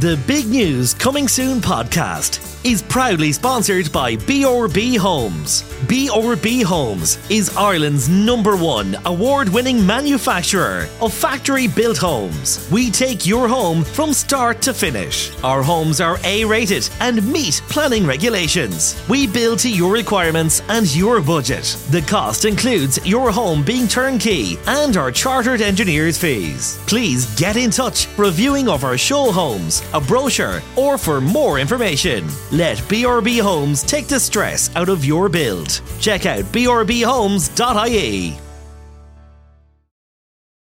The Big News Coming Soon podcast is proudly sponsored by BRB Homes. BRB Homes is Ireland's number one award winning manufacturer of factory built homes. We take your home from start to finish. Our homes are A rated and meet planning regulations. We build to your requirements and your budget. The cost includes your home being turnkey and our chartered engineer's fees. Please get in touch for a viewing of our show homes, a brochure, or for more information. Let BRB Homes E. take the stress out of your build. Check out brbhomes.ie.